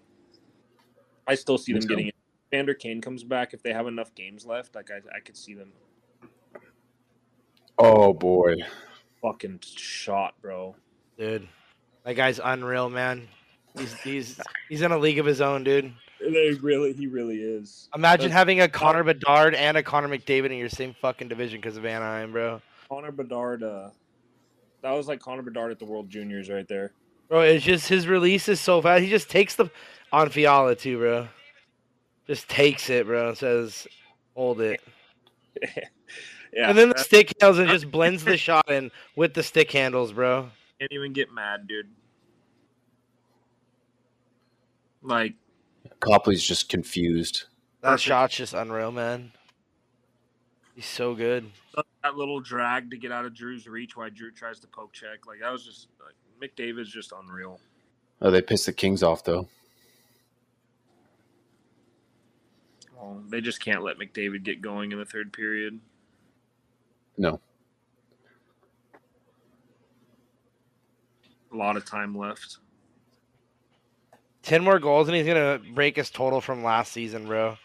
[SPEAKER 2] I still see them
[SPEAKER 1] Think so?
[SPEAKER 2] getting it. If Vander Kane comes back if they have enough games left. Like I, I could see them
[SPEAKER 1] Oh boy.
[SPEAKER 2] fucking shot, bro.
[SPEAKER 3] dude. That guy's unreal, man. He's he's he's in a league of his own, dude.
[SPEAKER 2] They really, he really is. Uh,
[SPEAKER 3] Imagine
[SPEAKER 2] That's-
[SPEAKER 3] having a Connor Bedard and a Connor McDavid in your same fucking division because of Anaheim, bro.
[SPEAKER 2] Connor Bedard. Uh, that was like Connor Bedard at the World Juniors right there.
[SPEAKER 3] Bro, it's just his release is so fast. He just takes the on Fiala too, bro. Just takes it, bro. and Says, hold it,
[SPEAKER 2] yeah,
[SPEAKER 3] and then the
[SPEAKER 2] I
[SPEAKER 3] stick handles and just blends the shot in with the stick handles, bro.
[SPEAKER 2] can't even get mad, dude. Like
[SPEAKER 1] Copley's just confused.
[SPEAKER 3] That
[SPEAKER 2] Perfect.
[SPEAKER 3] shot's just unreal, man. He's so good.
[SPEAKER 2] that little drag to get out of Drew's reach while Drew tries to poke check. Like that was just like McDavid's just unreal.
[SPEAKER 1] Oh, they pissed the Kings off though.
[SPEAKER 2] Oh, they just can't let McDavid get going in the third period.
[SPEAKER 1] No.
[SPEAKER 2] A lot of time left.
[SPEAKER 3] Ten more goals and he's gonna break his total from last season, bro.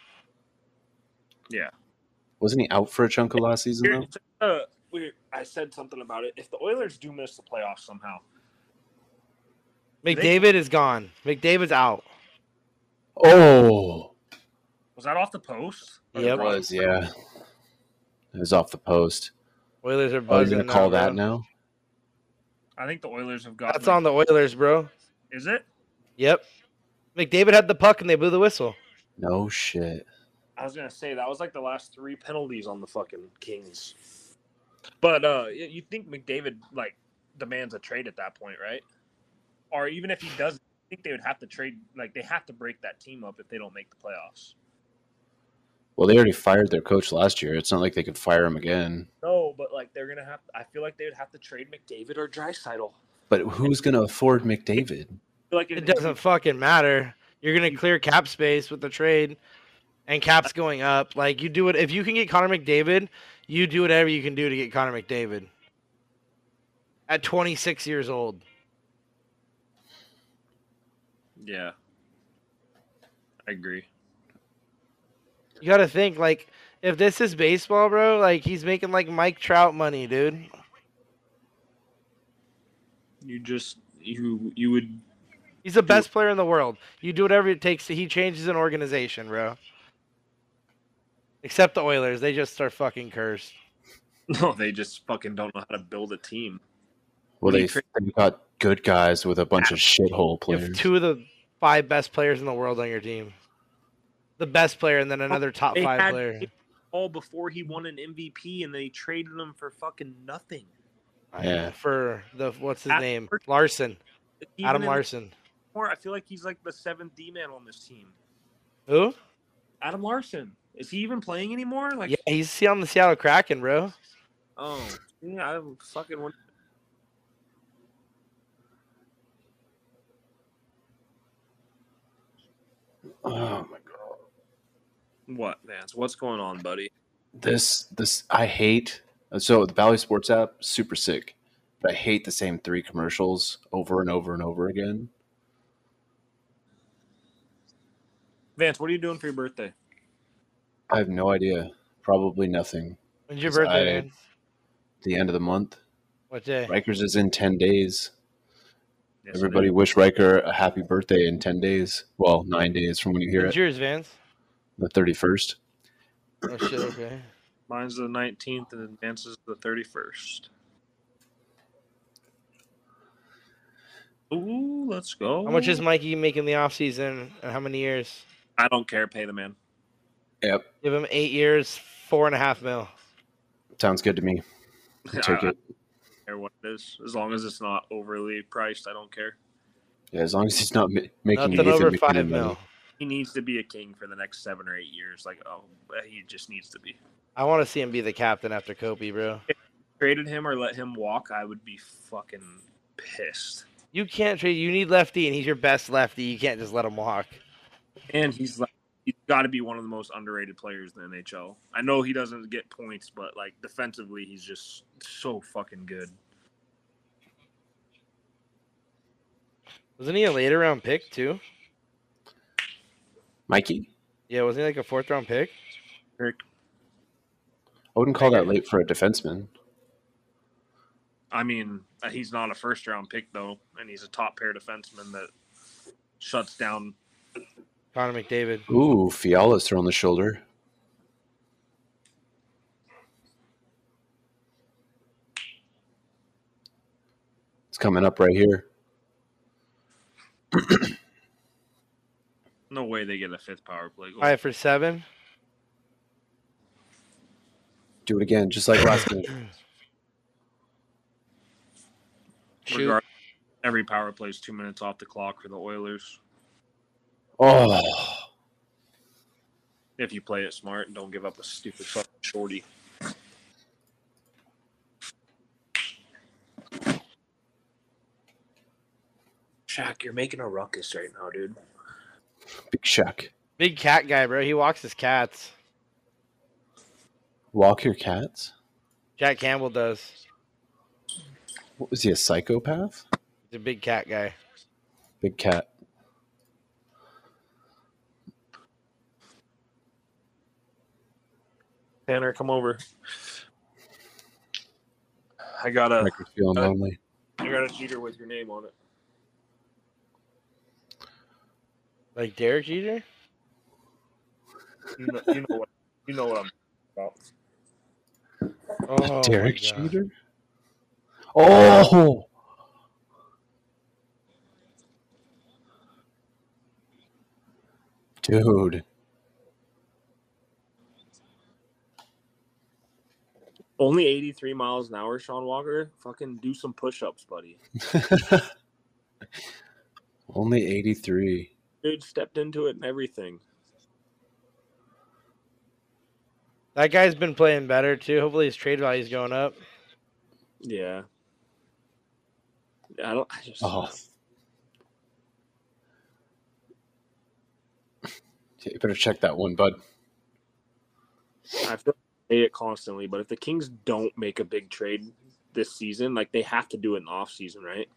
[SPEAKER 1] Wasn't he out for a chunk of last season
[SPEAKER 2] Here-
[SPEAKER 1] though?
[SPEAKER 2] uh, we I said something about it. If the Oilers do miss the playoffs somehow,
[SPEAKER 3] McDavid is gone. McDavid's out.
[SPEAKER 1] Oh
[SPEAKER 2] was that off the post?
[SPEAKER 3] Yep.
[SPEAKER 1] it was, yeah. It was off the post.
[SPEAKER 3] Oilers are
[SPEAKER 1] Oh, you're
[SPEAKER 3] buzzing.
[SPEAKER 1] gonna call
[SPEAKER 3] now,
[SPEAKER 1] that
[SPEAKER 3] bro.
[SPEAKER 1] now?
[SPEAKER 2] I think the Oilers have got.
[SPEAKER 3] That's on the Oilers, bro.
[SPEAKER 2] Is it?
[SPEAKER 3] Yep. McDavid had the puck and they blew the whistle.
[SPEAKER 1] No shit.
[SPEAKER 2] I was gonna say that was like the last three penalties on the fucking Kings. But uh y- you think McDavid like demands a trade at that point, right? Or even if he doesn't, I think they would have to trade. Like they have to break that team up if they don't make the playoffs.
[SPEAKER 1] Well, they already fired their coach last year. It's not like they could fire him again.
[SPEAKER 2] No, but like they're gonna have. I feel like they would have to trade McDavid or Drysital.
[SPEAKER 1] But who's gonna afford McDavid?
[SPEAKER 2] Like
[SPEAKER 3] It doesn't fucking matter. You're gonna clear cap space with the trade, and cap's going up. Like you do it if you can get Connor McDavid, you do whatever you can do to get Connor McDavid. At 26 years old,
[SPEAKER 2] Yeah, I agree.
[SPEAKER 3] you got to think like if this is baseball, bro. Like he's making like Mike Trout money, dude.
[SPEAKER 2] You just you you would
[SPEAKER 3] He's the best player in the world. You do whatever it takes to he changes an organization, bro. Except the Oilers, they just are fucking cursed.
[SPEAKER 2] no. They just fucking don't know how to build a team.
[SPEAKER 1] Well, they,
[SPEAKER 2] They tra-
[SPEAKER 1] they got good guys with a bunch of shithole
[SPEAKER 3] You
[SPEAKER 1] players.
[SPEAKER 3] have two of the five best players in the world on your team. The best player and then another top
[SPEAKER 2] Oh, They
[SPEAKER 3] five
[SPEAKER 2] had
[SPEAKER 3] player.
[SPEAKER 2] All before he won an MVP, and they traded him for fucking nothing.
[SPEAKER 3] I know,
[SPEAKER 1] Yeah.
[SPEAKER 3] For the what's his
[SPEAKER 2] Adam
[SPEAKER 3] name?
[SPEAKER 2] Larson.
[SPEAKER 3] Larson.
[SPEAKER 2] Even
[SPEAKER 3] Adam
[SPEAKER 2] in
[SPEAKER 3] Larson.
[SPEAKER 2] the More, I feel like he's like the seventh D man on this team. Oh
[SPEAKER 3] Who?
[SPEAKER 2] Adam Larson is he even playing anymore? Like,
[SPEAKER 3] Yeah, he's he on the Seattle Kraken, bro.
[SPEAKER 2] oh, yeah, I'm fucking. wonder-
[SPEAKER 1] oh my god.
[SPEAKER 2] What, Vance? What's going on, buddy?
[SPEAKER 1] This this I hate. So the Valley Sports app super sick, but I hate the same three commercials over and over and over again.
[SPEAKER 2] Vance, what are you doing for your birthday?
[SPEAKER 1] I have no idea. Probably nothing.
[SPEAKER 3] When's your
[SPEAKER 1] Cause
[SPEAKER 3] birthday,
[SPEAKER 1] I-
[SPEAKER 3] man?
[SPEAKER 1] The end of the month.
[SPEAKER 3] What day?
[SPEAKER 1] Rikers is in ten days.
[SPEAKER 2] Yes,
[SPEAKER 1] Everybody wish Riker a happy birthday in ten days. Well, nine days from when you hear
[SPEAKER 3] When's
[SPEAKER 1] it,
[SPEAKER 3] yours, Vance?
[SPEAKER 1] the thirty first.
[SPEAKER 3] Oh shit, okay.
[SPEAKER 2] Mine's the 19th, and Vance's the 31st. Ooh, let's go.
[SPEAKER 3] How much is Mikey making the offseason and how many years?
[SPEAKER 2] I don't care. Pay the man.
[SPEAKER 1] Yep,
[SPEAKER 3] Give him eight years, four and a half mil.
[SPEAKER 1] sounds good to me. I'll take
[SPEAKER 2] I
[SPEAKER 1] it.
[SPEAKER 2] don't care what it is, as long as it's not overly priced. I don't care.
[SPEAKER 1] Yeah, as long as he's not ma- making
[SPEAKER 3] Nothing over
[SPEAKER 1] Nathan
[SPEAKER 3] five
[SPEAKER 1] McKinnon money.
[SPEAKER 3] mil.
[SPEAKER 2] he needs to be a king for the next seven or eight years. Like, oh, he just needs to be.
[SPEAKER 3] I want to see him be the captain after Kobe, bro.
[SPEAKER 2] Traded him or let him walk, I would be fucking pissed.
[SPEAKER 3] You can't trade. You need lefty, and he's your best lefty. You can't just let him walk.
[SPEAKER 2] And he's like, he's got to be one of the most underrated players in the NHL. I know he doesn't get points, but like defensively, he's just so fucking good.
[SPEAKER 3] Wasn't he a later round pick too?
[SPEAKER 1] Mikey,
[SPEAKER 3] Yeah, wasn't he like a fourth round pick?
[SPEAKER 1] I wouldn't call that late for a defenseman.
[SPEAKER 2] I mean, uh, he's not a first round pick though, and he's a top pair defenseman that shuts down.
[SPEAKER 3] Connor McDavid.
[SPEAKER 1] Ooh, Fiala's throwing the shoulder. It's coming up right here.
[SPEAKER 2] No way they get a fifth power play goal.
[SPEAKER 3] Five for seven.
[SPEAKER 1] Do it again, just like last night.
[SPEAKER 3] Shoot.
[SPEAKER 2] Regard- every power play is two minutes off the clock for the Oilers.
[SPEAKER 1] Oh,
[SPEAKER 2] if you play it smart and don't give up a stupid fucking shorty. Shaq, you're making a ruckus right now, dude.
[SPEAKER 1] big Shaq.
[SPEAKER 3] Big cat guy, bro. He walks his cats.
[SPEAKER 1] Walk your cats?
[SPEAKER 3] Jack Campbell does.
[SPEAKER 1] What was he, a psychopath?
[SPEAKER 3] He's a big cat guy.
[SPEAKER 1] Big cat.
[SPEAKER 2] Tanner, come over. I got a
[SPEAKER 1] Riker's feeling
[SPEAKER 2] uh,
[SPEAKER 1] lonely.
[SPEAKER 2] I got a cheater with your name on it.
[SPEAKER 3] Like Derek Jeter.
[SPEAKER 2] You know, you know what you know what I'm talking about.
[SPEAKER 3] Oh,
[SPEAKER 1] Derek
[SPEAKER 3] my God.
[SPEAKER 1] Jeter. Oh, dude,
[SPEAKER 2] Only 83 miles an hour, Sean Walker. Fucking do some push ups, buddy.
[SPEAKER 1] only eighty three.
[SPEAKER 2] Dude stepped into it and everything.
[SPEAKER 3] That guy's been playing better too. Hopefully his trade value's going up.
[SPEAKER 2] Yeah. I don't. I just,
[SPEAKER 1] Oh. You better check that one, bud.
[SPEAKER 2] I feel like I say it constantly, but if the Kings don't make a big trade this season, like they have to do it in the offseason, right?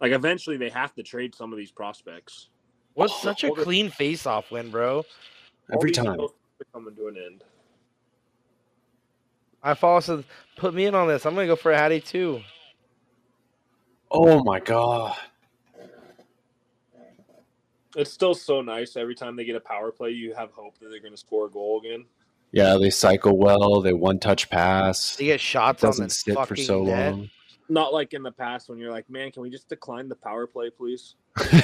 [SPEAKER 2] Like eventually they have to trade some of these prospects.
[SPEAKER 3] What's
[SPEAKER 2] Oh,
[SPEAKER 3] such a
[SPEAKER 2] hold it.
[SPEAKER 3] clean face-off win, bro?
[SPEAKER 2] All
[SPEAKER 1] Every
[SPEAKER 2] these
[SPEAKER 1] time.
[SPEAKER 2] deals are coming to an end.
[SPEAKER 3] I fall so put me in on this. I'm gonna go for a Hattie too.
[SPEAKER 1] Oh my god.
[SPEAKER 2] It's still so nice every time they get a power play, you have hope that they're going to score a goal again.
[SPEAKER 1] Yeah, they cycle well. They one touch pass.
[SPEAKER 3] They get shots on the
[SPEAKER 1] Doesn't sit
[SPEAKER 3] fucking
[SPEAKER 1] for so
[SPEAKER 3] net.
[SPEAKER 1] long.
[SPEAKER 2] Not like in the past when you're like, man, can we just decline the power play, please?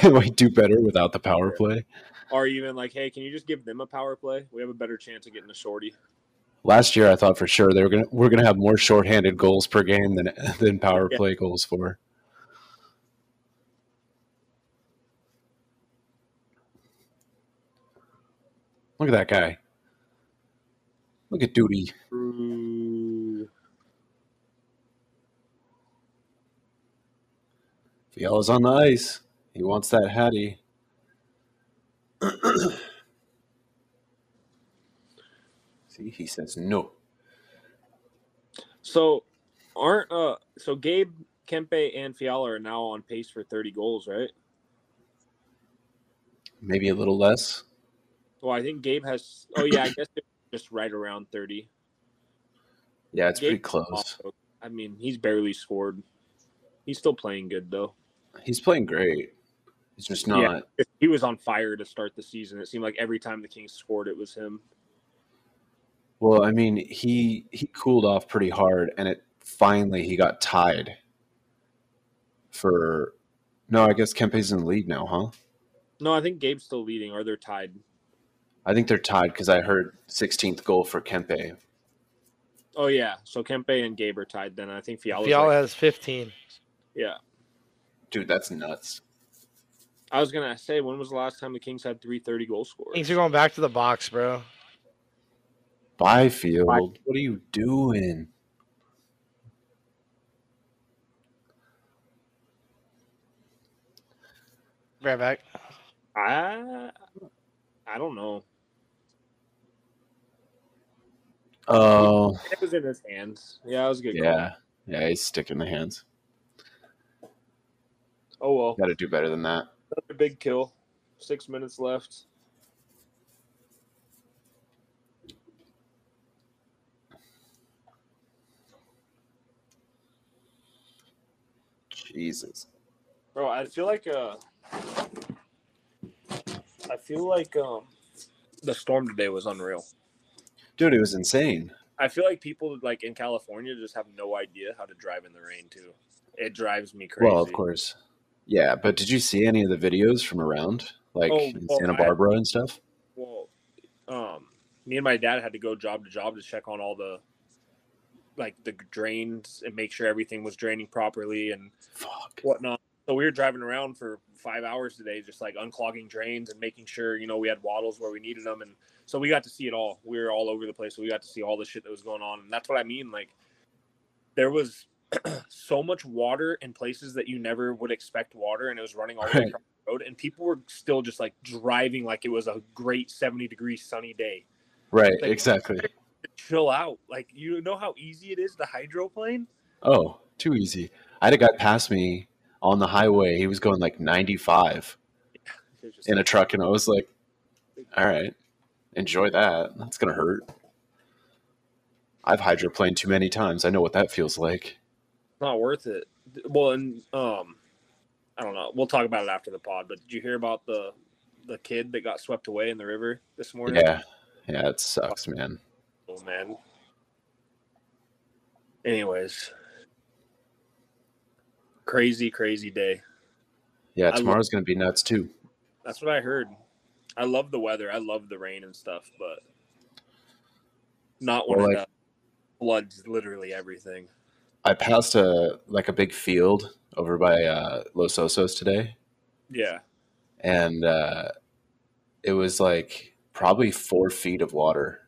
[SPEAKER 1] we do better without the power play.
[SPEAKER 2] Or even like, hey, can you just give them a power play? We have a better chance of getting a shorty.
[SPEAKER 1] Last year, I thought for sure they were gonna we're gonna have more shorthanded goals per game than than power
[SPEAKER 2] Yeah.
[SPEAKER 1] play goals for. Look at that guy. Look at Duty.
[SPEAKER 2] Ooh.
[SPEAKER 1] Fiala's on the ice. He wants that Hattie. See, he says no.
[SPEAKER 2] So aren't uh so Gabe Kempe and Fiala are now on pace for 30 goals, right?
[SPEAKER 1] Maybe a little less.
[SPEAKER 2] Well, I think Gabe has oh yeah, I guess they're just right around 30.
[SPEAKER 1] Yeah, it's pretty
[SPEAKER 2] Gabe's
[SPEAKER 1] close.
[SPEAKER 2] Also, I mean, he's barely scored. He's still playing good though.
[SPEAKER 1] He's playing great. It's just
[SPEAKER 2] Yeah.
[SPEAKER 1] not.
[SPEAKER 2] He was on fire to start the season. It seemed like every time the Kings scored it was him.
[SPEAKER 1] Well, I mean, he he cooled off pretty hard, and it finally he got tied for. No, I guess Kempe's in the lead now, huh?
[SPEAKER 2] No, I think Gabe's still leading or they're tied.
[SPEAKER 1] I think they're tied because I heard 16th goal for Kempe.
[SPEAKER 2] Oh yeah, so Kempe and Gabe are tied then. I think Fiala's
[SPEAKER 3] Fiala
[SPEAKER 2] like-
[SPEAKER 3] has 15.
[SPEAKER 2] yeah.
[SPEAKER 1] Dude, that's nuts.
[SPEAKER 2] I was going to say when was the last time the Kings had 330 goal scorers?
[SPEAKER 3] Things are going back to the box, bro.
[SPEAKER 1] Byfield, what are you doing?
[SPEAKER 3] Right back.
[SPEAKER 2] I I don't know.
[SPEAKER 1] Oh,
[SPEAKER 2] It was in his hands. Yeah, that was a good
[SPEAKER 1] yeah, yeah, he's sticking the hands.
[SPEAKER 2] call. Oh well,
[SPEAKER 1] Got to do better than that.
[SPEAKER 2] another big kill. Six minutes left.
[SPEAKER 1] Jesus.
[SPEAKER 2] Bro, I feel like uh I feel like um the storm today was unreal.
[SPEAKER 1] Dude, it was insane.
[SPEAKER 2] I feel like people like in California just have no idea how to drive in the rain too. It drives me crazy.
[SPEAKER 1] Well, of course. Yeah, but did you see any of the videos from around, like
[SPEAKER 2] Oh,
[SPEAKER 1] in
[SPEAKER 2] well,
[SPEAKER 1] Santa
[SPEAKER 2] I-
[SPEAKER 1] Barbara and stuff?
[SPEAKER 2] Well, um, me and my dad had to go job to job to check on all the like the drains and make sure everything was draining properly and
[SPEAKER 1] Fuck.
[SPEAKER 2] whatnot. So we were driving around for five hours today, just like unclogging drains and making sure you know we had waddles where we needed them, and so we got to see it all. We were all over the place, so we got to see all the shit that was going on, and that's what I mean. Like there was so much water in places that you never would expect water, and it was running all the way
[SPEAKER 1] Right.
[SPEAKER 2] across the road, and people were still just like driving like it was a great seventy degree sunny day.
[SPEAKER 1] Right,
[SPEAKER 2] Like-
[SPEAKER 1] exactly.
[SPEAKER 2] Chill out, like you know how easy it is to hydroplane.
[SPEAKER 1] Oh, too easy. I had a guy pass me on the highway. He was going like 95
[SPEAKER 2] It was just
[SPEAKER 1] in a
[SPEAKER 2] like-
[SPEAKER 1] truck, and I was like, all right, enjoy that. That's going to hurt. I've hydroplaned too many times. I know what that feels like.
[SPEAKER 2] not worth it. Well, and um, I don't know. We'll talk about it after the pod. But did you hear about the the kid that got swept away in the river this morning?
[SPEAKER 1] Yeah. Yeah, it sucks, man.
[SPEAKER 2] Oh, man, Anyways, crazy, crazy day.
[SPEAKER 1] Yeah,
[SPEAKER 2] I love-
[SPEAKER 1] tomorrow's going to be nuts too.
[SPEAKER 2] That's what I heard. I love the weather. I love the rain and stuff, but not when
[SPEAKER 1] Well,
[SPEAKER 2] it
[SPEAKER 1] like-
[SPEAKER 2] uh, floods literally everything.
[SPEAKER 1] I passed a like a big field over by uh, Los Osos today,
[SPEAKER 2] Yeah.
[SPEAKER 1] and uh, it was like probably four feet of water.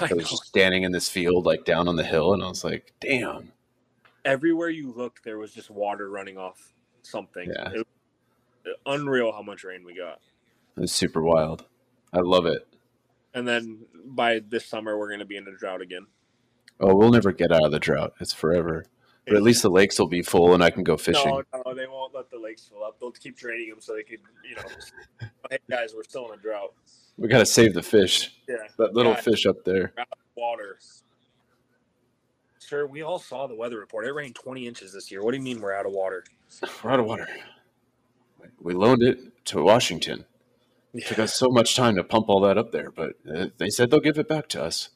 [SPEAKER 2] I
[SPEAKER 1] I was
[SPEAKER 2] know.
[SPEAKER 1] just standing in this field, like down on the hill, and I was like, "Damn,
[SPEAKER 2] Everywhere you looked, there was just water running off something.
[SPEAKER 1] Yeah.
[SPEAKER 2] It, unreal how much rain we got.
[SPEAKER 1] it was super wild. I love it."
[SPEAKER 2] And then by this summer, we're going to be in a drought again.
[SPEAKER 1] Oh, we'll never get out of the drought. It's forever. But at least the lakes will be full, and I can go fishing.
[SPEAKER 2] No, no, they won't let the lakes fill up. They'll keep draining them so they can, you know, hey guys, we're still in a drought.
[SPEAKER 1] We gotta save the fish.
[SPEAKER 2] Yeah,
[SPEAKER 1] That little
[SPEAKER 2] Yeah.
[SPEAKER 1] fish up there.
[SPEAKER 2] water. Sir, we all saw the weather report. It rained 20 inches this year. What do you mean we're out of water?
[SPEAKER 1] We're out of water. We loaned it to Washington. took us so much time to pump all that up there, but uh, they said they'll give it back to us.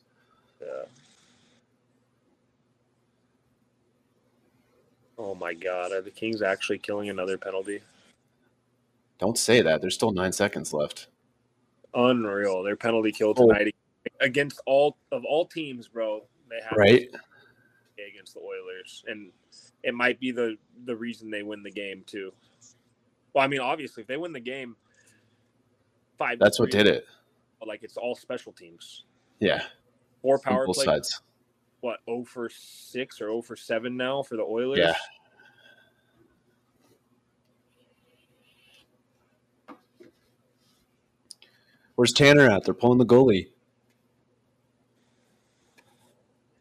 [SPEAKER 2] Oh my God, are the Kings actually killing another penalty?
[SPEAKER 1] Don't say that. There's still nine seconds left.
[SPEAKER 2] Unreal. Their penalty kill
[SPEAKER 1] Oh.
[SPEAKER 2] tonight against all of all teams, bro. They have
[SPEAKER 1] Right?
[SPEAKER 2] against the Oilers, and it might be the the reason they win the game too. Well, I mean, obviously, if they win the game, five.
[SPEAKER 1] That's what did it.
[SPEAKER 2] Like it's all special teams.
[SPEAKER 1] Yeah.
[SPEAKER 2] Four
[SPEAKER 1] on
[SPEAKER 2] power
[SPEAKER 1] both
[SPEAKER 2] play.
[SPEAKER 1] sides.
[SPEAKER 2] What zero for six or zero for seven now for the Oilers?
[SPEAKER 1] Yeah. Where's Tanner at? They're pulling the goalie.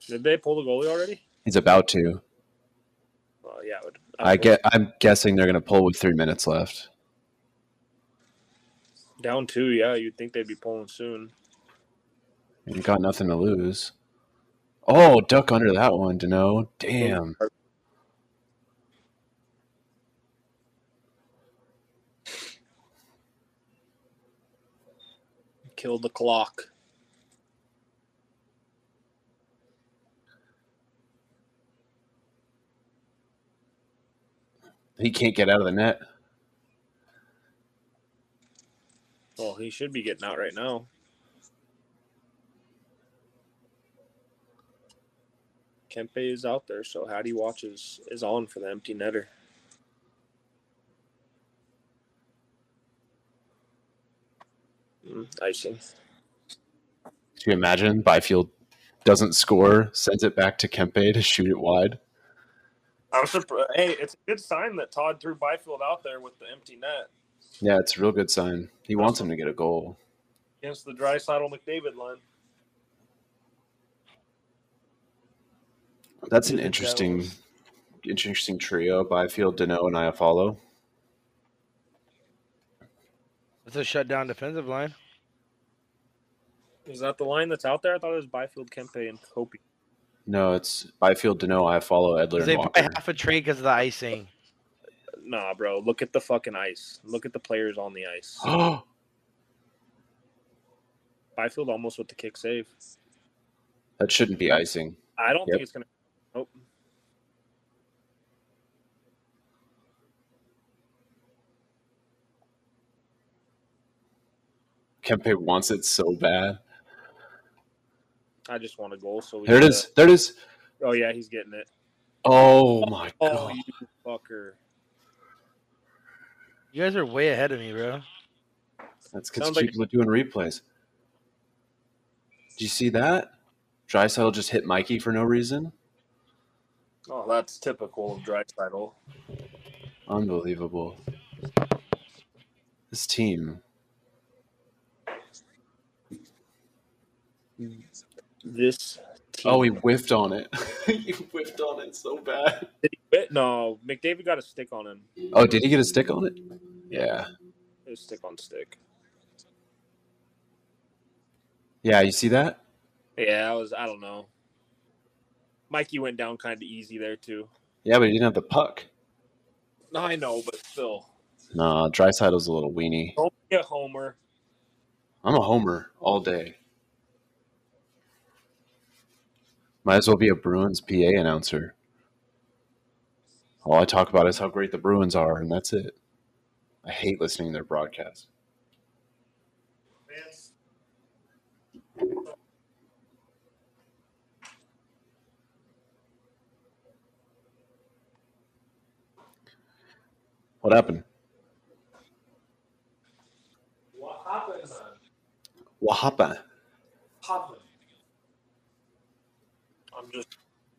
[SPEAKER 2] Did they pull the goalie already?
[SPEAKER 1] He's about to.
[SPEAKER 2] Oh yeah. It would,
[SPEAKER 1] I get I'm guessing they're gonna pull with three minutes left.
[SPEAKER 2] down two. Yeah, you'd think they'd be pulling soon.
[SPEAKER 1] You got nothing to lose. Oh, duck under that one, Dano. Damn.
[SPEAKER 2] Kill the clock.
[SPEAKER 1] He can't get out of the net.
[SPEAKER 2] Well, he should be getting out right now. Kempe is out there, so Hattie watches is on for the empty netter. Mm, icing.
[SPEAKER 1] Do you imagine Byfield doesn't score, sends it back to Kempe to shoot it wide?
[SPEAKER 2] I'm surprised. Hey, it's a good sign that Todd threw Byfield out there with the empty net
[SPEAKER 1] Yeah, it's a real good sign. He wants him to get a goal.
[SPEAKER 2] against the dry saddle McDavid line.
[SPEAKER 1] That's an
[SPEAKER 2] Good
[SPEAKER 1] interesting,
[SPEAKER 2] Dallas.
[SPEAKER 1] interesting trio: Byfield, Dano, and Iafallo.
[SPEAKER 3] That's a shutdown defensive line.
[SPEAKER 2] Is that the line that's out there? I thought it was Byfield, Kempe, and Kopi.
[SPEAKER 1] No, it's Byfield, Dano, Iafallo, Edler,
[SPEAKER 3] They
[SPEAKER 1] and
[SPEAKER 3] probably
[SPEAKER 1] Walker.
[SPEAKER 3] half a trade because of the icing.
[SPEAKER 2] Nah, bro. Look at the fucking ice. Look at the players on the ice. Byfield almost with the kick save.
[SPEAKER 1] that shouldn't be icing.
[SPEAKER 2] I don't
[SPEAKER 1] Yep.
[SPEAKER 2] think it's gonna. Nope.
[SPEAKER 1] Kempe wants it so bad.
[SPEAKER 2] I just want a goal. So we
[SPEAKER 1] There it
[SPEAKER 2] gotta-
[SPEAKER 1] is. There it is.
[SPEAKER 2] Oh yeah, he's getting it.
[SPEAKER 1] Oh my
[SPEAKER 2] Oh,
[SPEAKER 1] god!
[SPEAKER 2] you fucker.
[SPEAKER 3] You guys are way ahead of me, bro.
[SPEAKER 1] That's because
[SPEAKER 2] Sounds like-
[SPEAKER 1] people are doing replays. Do you see that? Drysaddle just hit Mikey for no reason.
[SPEAKER 2] Oh, that's typical of Drysdale.
[SPEAKER 1] Unbelievable. This team.
[SPEAKER 2] This. Team.
[SPEAKER 1] Oh, he whiffed on it. he whiffed on it so bad.
[SPEAKER 2] Wait, eh, no, McDavid got a stick on him.
[SPEAKER 1] Oh, did he get a stick on it? Yeah.
[SPEAKER 2] It was stick on stick.
[SPEAKER 1] Yeah, you see that?
[SPEAKER 2] Yeah, I was. I don't know. Mikey went down kind of easy there too.
[SPEAKER 1] Yeah, but he didn't have the puck.
[SPEAKER 2] No, I know, but still,
[SPEAKER 1] Nah, Drysaddle's a little weenie.
[SPEAKER 2] don't be a homer.
[SPEAKER 1] I'm a homer all day. Might as well be a Bruins PA announcer. All I talk about is how great the Bruins are, and that's it. I hate listening to their broadcast. What happened?
[SPEAKER 2] What happened?
[SPEAKER 1] What happened?
[SPEAKER 2] Happened. I'm just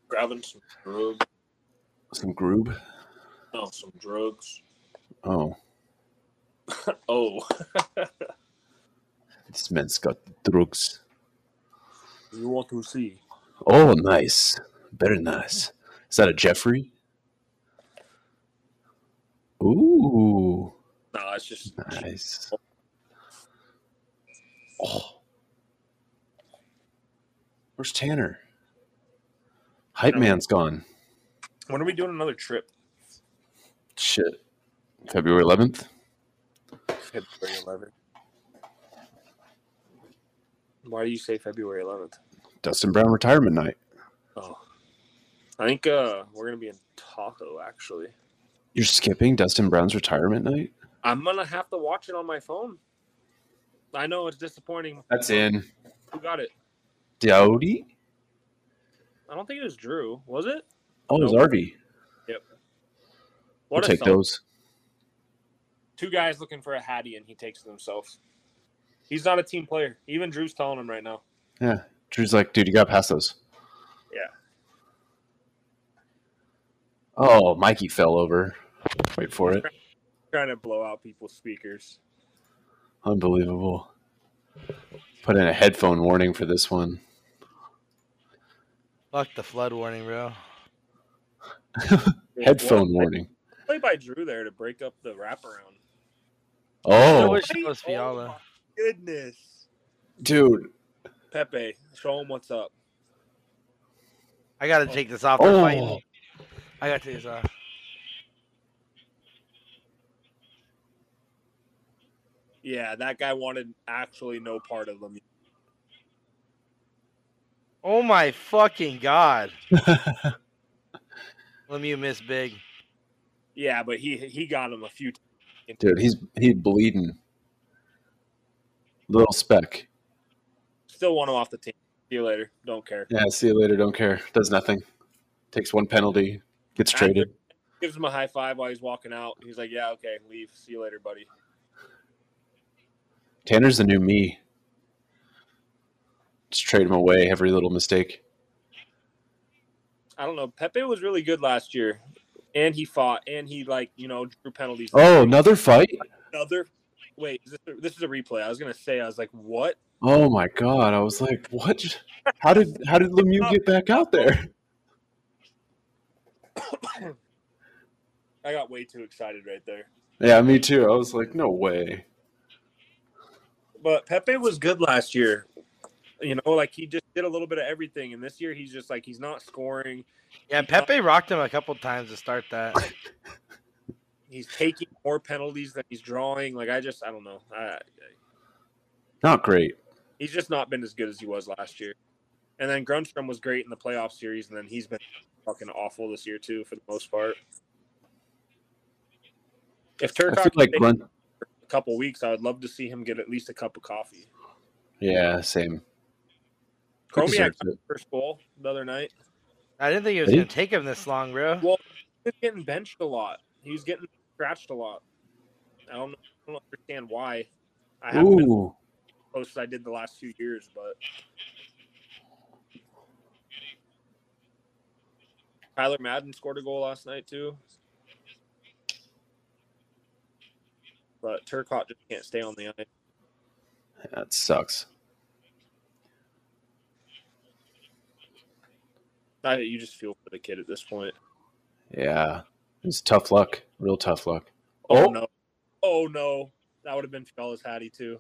[SPEAKER 2] grabbing some drugs.
[SPEAKER 1] Some groob?
[SPEAKER 2] No, some drugs.
[SPEAKER 1] Oh,
[SPEAKER 2] Oh,
[SPEAKER 1] this man's got drugs.
[SPEAKER 2] you want to see?
[SPEAKER 1] Oh, nice. Very nice. Is that a Jeffrey? Ooh,
[SPEAKER 2] No, it's just
[SPEAKER 1] nice. Oh. Where's Tanner? Hype man's gone.
[SPEAKER 2] when are we doing another trip?
[SPEAKER 1] Shit. February 11th?
[SPEAKER 2] February 11th. Why do you say February 11th?
[SPEAKER 1] Dustin Brown retirement night.
[SPEAKER 2] Oh, I think uh, we're gonna be in Tahoe. Actually,
[SPEAKER 1] You're skipping Dustin Brown's retirement night?
[SPEAKER 2] I'm gonna have to watch it on my phone. I know it's disappointing.
[SPEAKER 1] That's in.
[SPEAKER 2] Who got it?
[SPEAKER 1] Dowdy?
[SPEAKER 2] I don't think it was Drew. Was it?
[SPEAKER 1] Oh, it's Arvy. We'll
[SPEAKER 2] a
[SPEAKER 1] take
[SPEAKER 2] thump.
[SPEAKER 1] those.
[SPEAKER 2] Two guys looking for a Hattie, and he takes it himself. He's not a team player. Even Drew's telling him right now.
[SPEAKER 1] Drew's like, dude, you got to pass those.
[SPEAKER 2] Yeah.
[SPEAKER 1] Oh, Mikey fell over. Wait for it.
[SPEAKER 2] Trying to blow out people's speakers.
[SPEAKER 1] Unbelievable. Put in a headphone warning for this one.
[SPEAKER 3] Fuck the flood warning, bro.
[SPEAKER 1] Headphone warning.
[SPEAKER 2] Play by Drew there to break up the wraparound.
[SPEAKER 3] I
[SPEAKER 1] Oh,
[SPEAKER 3] wish that was Fiala.
[SPEAKER 2] my goodness.
[SPEAKER 1] dude.
[SPEAKER 2] Pepe, show him what's up.
[SPEAKER 3] I gotta take this off. They're
[SPEAKER 1] Oh,
[SPEAKER 3] fighting. I gotta take this off.
[SPEAKER 2] Yeah, that guy wanted actually no part of them.
[SPEAKER 3] Oh my fucking god. Lemieux miss big.
[SPEAKER 2] Yeah, but he he got him a few. times.
[SPEAKER 1] dude, he's he's bleeding. Little speck.
[SPEAKER 2] Still want him off the team. See you later. Don't care.
[SPEAKER 1] Yeah, see you later. Don't care. Does nothing. Takes one penalty. Gets traded.
[SPEAKER 2] Gives him a high five while he's walking out. He's like, "Yeah, okay, leave. See you later, buddy."
[SPEAKER 1] Tanner's the new me. Just trade him away every little mistake.
[SPEAKER 2] I don't know. Pepe was really good last year, and he fought, and he like you know drew penalties.
[SPEAKER 1] Oh, another fight?
[SPEAKER 2] another. Wait, is this, this is a replay. I was gonna say, I was like, "What?"
[SPEAKER 1] Oh my god! I was like, "What? How did how did Lemieux get back out there?"
[SPEAKER 2] I got way too excited right there.
[SPEAKER 1] Yeah, me too. I was like, "No way!"
[SPEAKER 2] But Pepe was good last year. You know, like he just did a little bit of everything, and this year he's just like he's not scoring.
[SPEAKER 3] Yeah, Pepe rocked him a couple times to start that.
[SPEAKER 2] He's taking more penalties than he's drawing. Like I just, I don't know. I,
[SPEAKER 1] Not great.
[SPEAKER 2] he's just not been as good as he was last year. And then Grunstrom was great in the playoff series, and then he's been fucking awful this year too, for the most part. If
[SPEAKER 1] I
[SPEAKER 2] Turcock
[SPEAKER 1] feel like
[SPEAKER 2] stayed
[SPEAKER 1] Grunt.
[SPEAKER 2] a couple weeks, I would love to see him get at least a cup of coffee.
[SPEAKER 1] Yeah, same. He
[SPEAKER 2] Chromiak
[SPEAKER 1] deserves it.
[SPEAKER 2] first goal the other night.
[SPEAKER 3] I didn't think it was
[SPEAKER 1] Ready?
[SPEAKER 3] gonna take him this long, bro.
[SPEAKER 2] Well, he was getting benched a lot. He was getting scratched a lot. I don't, I don't understand why. I haven't been
[SPEAKER 1] Ooh,
[SPEAKER 2] as close as I did the last few years, but Tyler Madden scored a goal last night too. But Turcotte just can't stay on the ice.
[SPEAKER 1] that sucks.
[SPEAKER 2] I, you just feel for the kid at this point.
[SPEAKER 1] Yeah, it's tough luck. Real tough luck.
[SPEAKER 2] Oh,
[SPEAKER 1] Oh.
[SPEAKER 2] no! Oh no! That would have been Fiala's Hattie too.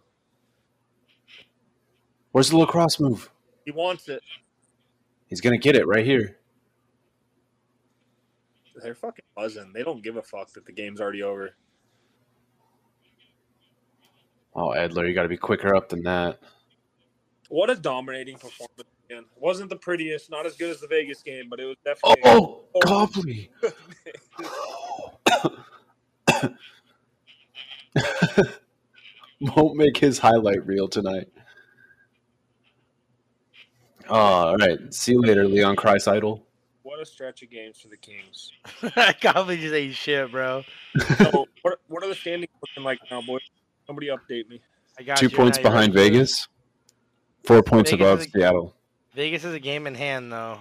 [SPEAKER 1] Where's the lacrosse move?
[SPEAKER 2] He wants it.
[SPEAKER 1] He's gonna get it right here.
[SPEAKER 2] They're fucking buzzing. They don't give a fuck that the game's already over.
[SPEAKER 1] Oh, Edler, you got to be quicker up than that.
[SPEAKER 2] What a dominating performance man. It wasn't the prettiest, not as good as the Vegas game, but it was definitely.
[SPEAKER 1] Oh, Copley. Won't make his highlight reel tonight. Oh, all right. See you later, Leon Chrysidal.
[SPEAKER 2] What a stretch of games for the Kings.
[SPEAKER 3] Copley just ate shit, bro.
[SPEAKER 2] So, what, what are the standings looking like now, boys? Somebody update me.
[SPEAKER 3] I got
[SPEAKER 1] Two
[SPEAKER 3] you.
[SPEAKER 1] points
[SPEAKER 3] Now you're
[SPEAKER 1] behind
[SPEAKER 3] up to-
[SPEAKER 1] Vegas, four points
[SPEAKER 3] Vegas
[SPEAKER 1] above
[SPEAKER 3] is-
[SPEAKER 1] Seattle.
[SPEAKER 3] Vegas is a game in hand, though.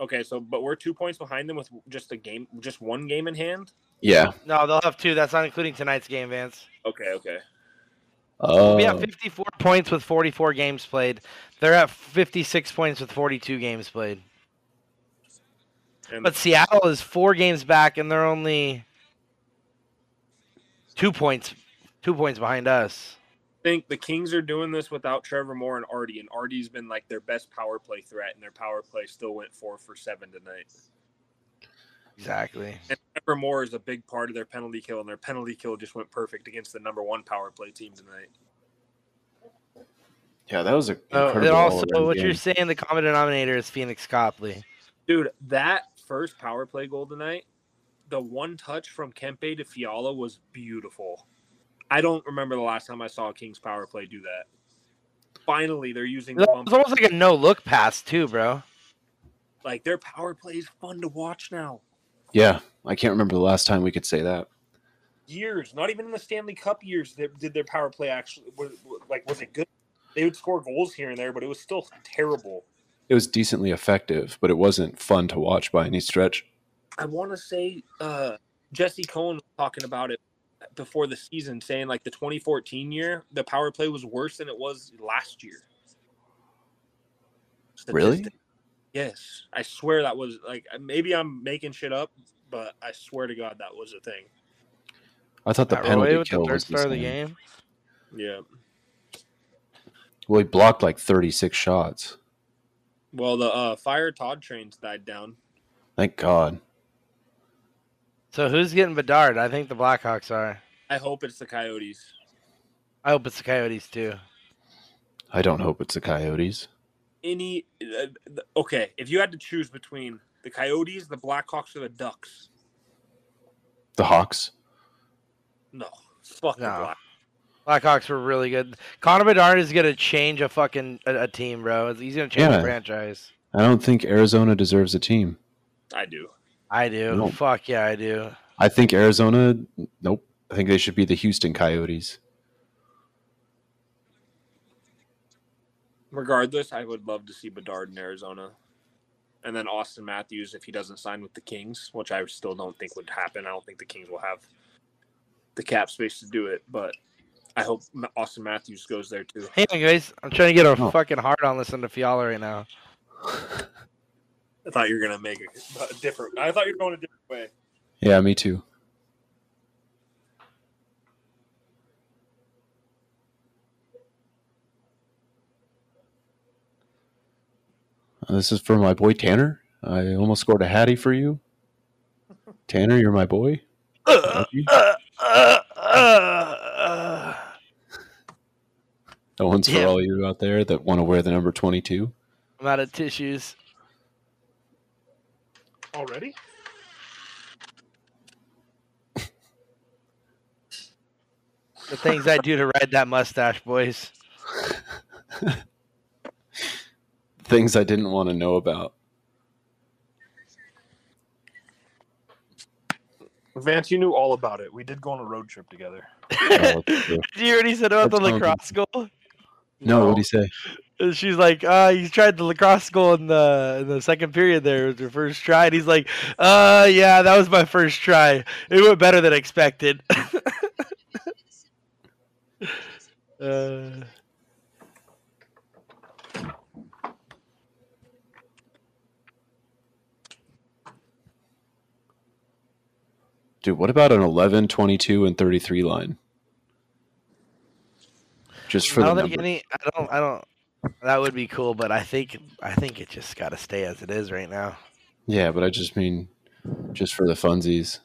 [SPEAKER 2] Okay, so but we're two points behind them with just a game, just one game in hand.
[SPEAKER 1] Yeah.
[SPEAKER 3] No, they'll have two. That's not including tonight's game, Vance.
[SPEAKER 2] Okay, okay.
[SPEAKER 1] Oh,
[SPEAKER 3] We have 54 points with 44 games played. They're at 56 points with 42 games played.
[SPEAKER 2] And
[SPEAKER 3] But Seattle is four games back, and they're only two points, two points behind us.
[SPEAKER 2] think the Kings are doing this without Trevor Moore and Artie, and Artie's been like their best power play threat, and their power play still went four for seven tonight.
[SPEAKER 3] Exactly.
[SPEAKER 2] And Trevor Moore is a big part of their penalty kill, and their penalty kill just went perfect against the number one power play team tonight.
[SPEAKER 1] yeah, that was a
[SPEAKER 3] So,
[SPEAKER 1] incredible.
[SPEAKER 3] and Oh, also,
[SPEAKER 1] all-around
[SPEAKER 3] what
[SPEAKER 1] game.
[SPEAKER 3] you're saying, the common denominator is Phoenix Copley.
[SPEAKER 2] Dude, that first power play goal tonight, the one touch from Kempe to Fiala was beautiful. I don't remember the last time I saw a Kings power play do that. Finally, they're using the
[SPEAKER 3] It
[SPEAKER 2] bump.
[SPEAKER 3] was almost like a no look pass too, bro.
[SPEAKER 2] Like their power play is fun to watch now.
[SPEAKER 1] yeah, I can't remember the last time we could say that.
[SPEAKER 2] years, not even in the Stanley Cup years, that did their power play actually was, like was it good? They would score goals here and there, but it was still terrible.
[SPEAKER 1] It was decently effective, but it wasn't fun to watch by any stretch.
[SPEAKER 2] I want to say uh, Jesse Cohen was talking about it before the season, saying like the 2014 year, the power play was worse than it was last year.
[SPEAKER 1] Really?
[SPEAKER 2] Statistic- Yes, I swear that was like uh, maybe I'm making shit up, but I swear to God that was a thing.
[SPEAKER 1] I thought the
[SPEAKER 3] Matt Roy
[SPEAKER 1] penalty
[SPEAKER 3] with
[SPEAKER 1] kill
[SPEAKER 3] the third
[SPEAKER 1] was the
[SPEAKER 3] star of the
[SPEAKER 1] same.
[SPEAKER 3] game.
[SPEAKER 2] Yeah.
[SPEAKER 1] Well, he blocked like 36 shots.
[SPEAKER 2] Well, the uh, fire Todd trains died down.
[SPEAKER 1] Thank God.
[SPEAKER 3] So who's getting Bedard? I think the Blackhawks are.
[SPEAKER 2] I hope it's the Coyotes.
[SPEAKER 3] I hope it's the Coyotes too.
[SPEAKER 1] I don't hope it's the Coyotes.
[SPEAKER 2] any uh, th- okay if you had to choose between the coyotes the blackhawks or the ducks
[SPEAKER 1] The Hawks.
[SPEAKER 2] no fuck the
[SPEAKER 3] No.
[SPEAKER 2] black
[SPEAKER 3] Blackhawks were really good. Connor Bedard is gonna change a fucking a, a team, bro. He's gonna change
[SPEAKER 1] Yeah.
[SPEAKER 3] a franchise.
[SPEAKER 1] I don't think Arizona deserves a team.
[SPEAKER 2] i do
[SPEAKER 3] I do.
[SPEAKER 1] No.
[SPEAKER 3] Fuck yeah, I do.
[SPEAKER 1] I think Arizona, nope. I think they should be the Houston Coyotes.
[SPEAKER 2] regardless i would love to see bedard in arizona and then austin matthews if he doesn't sign with the kings which i still don't think would happen i don't think the kings will have the cap space to do it but i hope Ma- austin matthews goes there too
[SPEAKER 3] Hang on, guys. I'm trying to get a
[SPEAKER 1] No.
[SPEAKER 3] fucking hard on listening to Fiala right now.
[SPEAKER 2] i thought you were gonna make a, a different i thought you were going a different way
[SPEAKER 1] Yeah, me too. Uh, This is for my boy Tanner. I almost scored a hattie for you. Tanner, you're my boy. Love you. That one's
[SPEAKER 3] Yeah.
[SPEAKER 1] for all you out there that want to wear the number 22.
[SPEAKER 3] I'm out of tissues.
[SPEAKER 2] already
[SPEAKER 3] The things I do to ride that mustache, boys.
[SPEAKER 1] Things I didn't want to know about.
[SPEAKER 2] vance you knew all about it we did go on a road trip together
[SPEAKER 1] Oh, that's
[SPEAKER 3] Did
[SPEAKER 1] true.
[SPEAKER 3] you already said about the
[SPEAKER 1] That's all
[SPEAKER 3] lacrosse goal?
[SPEAKER 1] No, what do you say?
[SPEAKER 3] And she's like, uh, you tried the lacrosse goal in the in the second period there with your first try. And he's like, uh, yeah, that was my first try. It went better than expected. uh,
[SPEAKER 1] Dude, what about an 11, 22, and 33 line? Just
[SPEAKER 3] I
[SPEAKER 1] for the
[SPEAKER 3] don't think
[SPEAKER 1] number.
[SPEAKER 3] any. I don't. I don't. That would be cool, but I think I think it just got to stay as it is right now.
[SPEAKER 1] Yeah, but I just mean just for the funsies.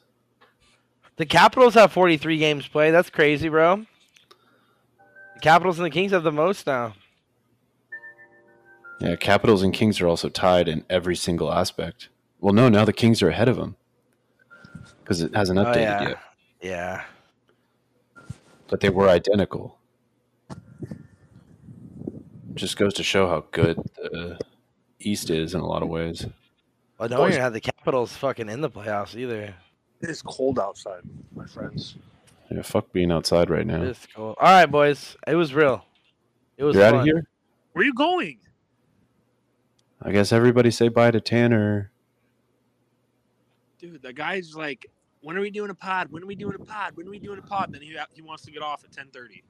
[SPEAKER 3] The Capitals have 43 games played. That's crazy, bro. The Capitals and the Kings have the most now.
[SPEAKER 1] Yeah, Capitals and Kings are also tied in every single aspect. Well, no, now the Kings are ahead of them because it hasn't updated
[SPEAKER 3] oh, yeah.
[SPEAKER 1] yet,
[SPEAKER 3] Yeah.
[SPEAKER 1] but they were identical. Just goes to show how good the East is in a lot of ways.
[SPEAKER 2] Well,
[SPEAKER 3] Well, don't even have the Capitals fucking in the playoffs either.
[SPEAKER 2] It's cold outside, my friends.
[SPEAKER 1] Yeah, fuck being outside right now.
[SPEAKER 3] It's cool. All right, boys. It was real. It was
[SPEAKER 1] You're out of
[SPEAKER 3] fun.
[SPEAKER 1] here.
[SPEAKER 2] Where are you going?
[SPEAKER 1] I guess everybody say bye to Tanner.
[SPEAKER 2] Dude, the guy's like, when are we doing a pod? When are we doing a pod? When are we doing a pod? Then he, he wants to get off at 10.30.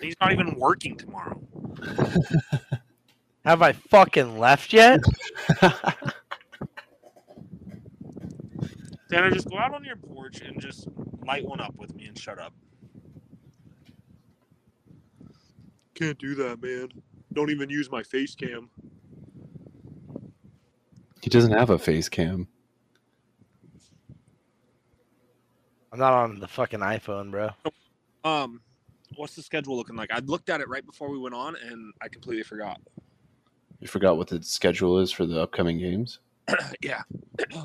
[SPEAKER 2] He's not even working tomorrow.
[SPEAKER 3] Have I fucking left yet?
[SPEAKER 2] Tanner, just go out on your porch and just light one up with me and shut up. Can't do that, man. Don't even use my face cam.
[SPEAKER 1] He doesn't have a face cam.
[SPEAKER 3] I'm not on the fucking iPhone, bro.
[SPEAKER 2] Um, what's the schedule looking like? I looked at it right before we went on, and I completely forgot.
[SPEAKER 1] You forgot what the schedule is for the upcoming games.
[SPEAKER 2] yeah,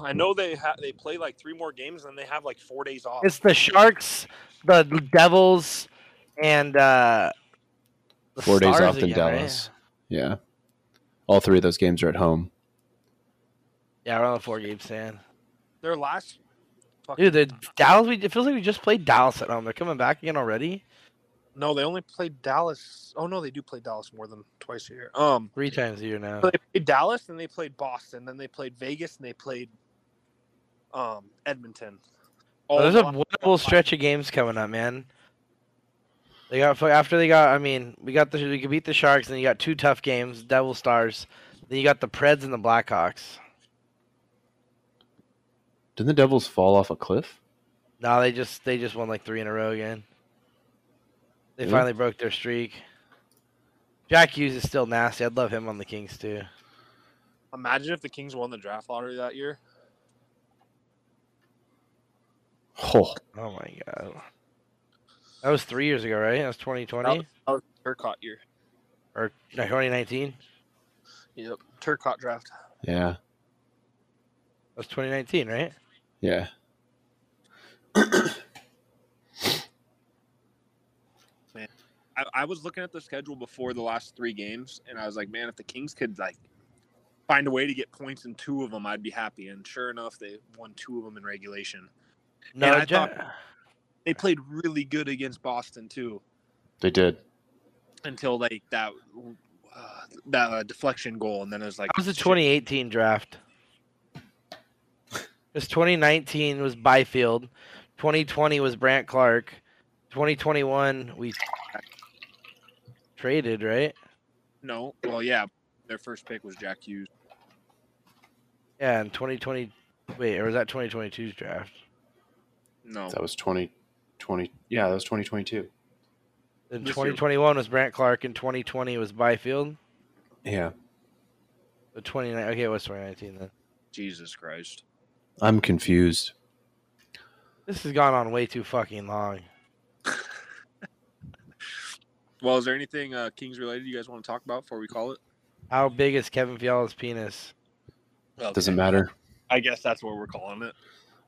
[SPEAKER 2] I know they ha- they play like three more games, and they have like four days off.
[SPEAKER 3] It's the Sharks, the Devils, and uh, the
[SPEAKER 1] Four days
[SPEAKER 3] Stars
[SPEAKER 1] off in
[SPEAKER 3] again, right?
[SPEAKER 1] Dallas. Yeah. All three of those games are at home.
[SPEAKER 3] Yeah, we're on the four game stand.
[SPEAKER 2] Their last,
[SPEAKER 3] Dude, the Dallas. We, it feels like we just played Dallas at home. They're coming back again already.
[SPEAKER 2] no, they only played Dallas. Oh no, they do play Dallas more than twice a year. Um,
[SPEAKER 3] Three times a year now.
[SPEAKER 2] so they played Dallas, then they played Boston, then they played Vegas, and they played um Edmonton.
[SPEAKER 3] Oh, there's a
[SPEAKER 2] All-
[SPEAKER 3] winnable stretch of games coming up, man. They got fu- after they got. I mean, we got the we could beat the Sharks, and you got two tough games, Devil Stars. Then you got the Preds and the Blackhawks.
[SPEAKER 1] Didn't the Devils fall off a cliff?
[SPEAKER 3] No, they just they just won like three in a row again. They
[SPEAKER 1] Really?
[SPEAKER 3] finally broke their streak. Jack Hughes is still nasty. I'd love him on the Kings too.
[SPEAKER 2] Imagine if the Kings won the draft lottery that year.
[SPEAKER 1] Oh,
[SPEAKER 3] Oh my god, that was three years ago, right? That was 2020
[SPEAKER 2] That was, that was Turcotte year.
[SPEAKER 3] or no, 2019. That
[SPEAKER 2] Yep, Turcotte draft.
[SPEAKER 1] yeah.
[SPEAKER 3] was 2019, right?
[SPEAKER 1] Yeah.
[SPEAKER 2] I, I was looking at the schedule before the last three games, and I was like, man, if the Kings could like find a way to get points in two of them, I'd be happy. And sure enough, they won two of them in regulation.
[SPEAKER 3] No,
[SPEAKER 2] I
[SPEAKER 3] Ja-
[SPEAKER 2] thought- They played really good against Boston too,
[SPEAKER 1] They did.
[SPEAKER 2] until like that uh, that uh, deflection goal, and then it was like
[SPEAKER 3] That was the
[SPEAKER 2] shit.
[SPEAKER 3] 2018 draft. Because 2019 was Byfield, 2020 was Brant Clark, 2021 we traded, right?
[SPEAKER 2] No, well, yeah, their first pick was Jack Hughes.
[SPEAKER 3] Yeah, and 2020. Wait, or was that 2022's draft?
[SPEAKER 2] No,
[SPEAKER 1] That was 2020. Yeah, that was 2022.
[SPEAKER 3] Then
[SPEAKER 2] This year.
[SPEAKER 3] 2021 was Brant Clark, and 2020 was Byfield.
[SPEAKER 1] Yeah.
[SPEAKER 3] But 29. Okay, it was 2019 then.
[SPEAKER 2] Jesus Christ.
[SPEAKER 1] I'm confused.
[SPEAKER 3] This has gone on way too fucking long.
[SPEAKER 2] Well, is there anything uh, Kings related you guys want to talk about before we call it?
[SPEAKER 3] How big is Kevin Fiala's penis?
[SPEAKER 1] Doesn't matter.
[SPEAKER 2] I guess that's what we're calling it.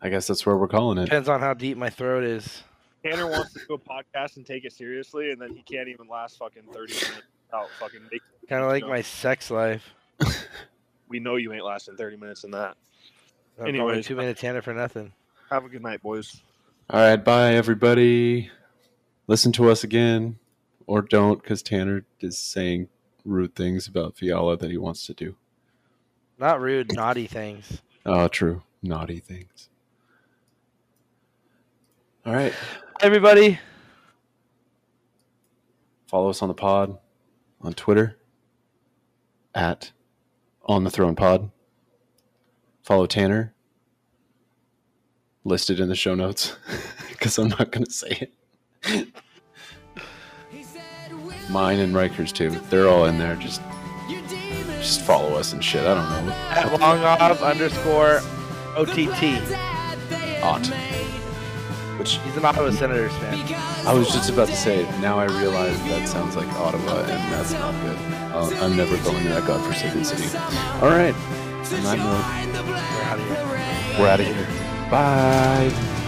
[SPEAKER 1] I guess that's where we're calling it.
[SPEAKER 3] Depends on how deep my throat is.
[SPEAKER 2] Tanner wants to do a podcast and take it seriously, and then he can't even last fucking thirty minutes without fucking. Make,
[SPEAKER 3] Kind of like
[SPEAKER 2] No.
[SPEAKER 3] my sex life.
[SPEAKER 2] we know you ain't lasting thirty minutes in that.
[SPEAKER 3] Anyway,
[SPEAKER 2] Anyways.
[SPEAKER 3] two minute tandem for nothing.
[SPEAKER 2] Have a good night, boys.
[SPEAKER 1] All right, bye everybody. Listen to us again, or don't, because Tanner is saying rude things about Fiala that he wants to do.
[SPEAKER 3] Not rude, naughty things.
[SPEAKER 1] Oh, true, naughty things. All right,
[SPEAKER 3] Everybody,
[SPEAKER 1] follow us on the pod on Twitter at on the throne pod. Follow Tanner listed in the show notes because I'm not going to say it. Mine and Rikers too. They're all in there. Just just follow us and shit. I don't know.
[SPEAKER 3] at longoff underscore OTT.
[SPEAKER 1] Ought.
[SPEAKER 4] Ot.
[SPEAKER 1] Which
[SPEAKER 3] He's an Iowa Senators fan.
[SPEAKER 1] I was just about to say. Now I realize that sounds like Ottawa, and that's not good. I'll, Uh, I'm never going to that godforsaken city. All right,
[SPEAKER 4] All
[SPEAKER 1] I'm
[SPEAKER 4] right.
[SPEAKER 3] We're out of here.
[SPEAKER 1] we're out of here. Bye.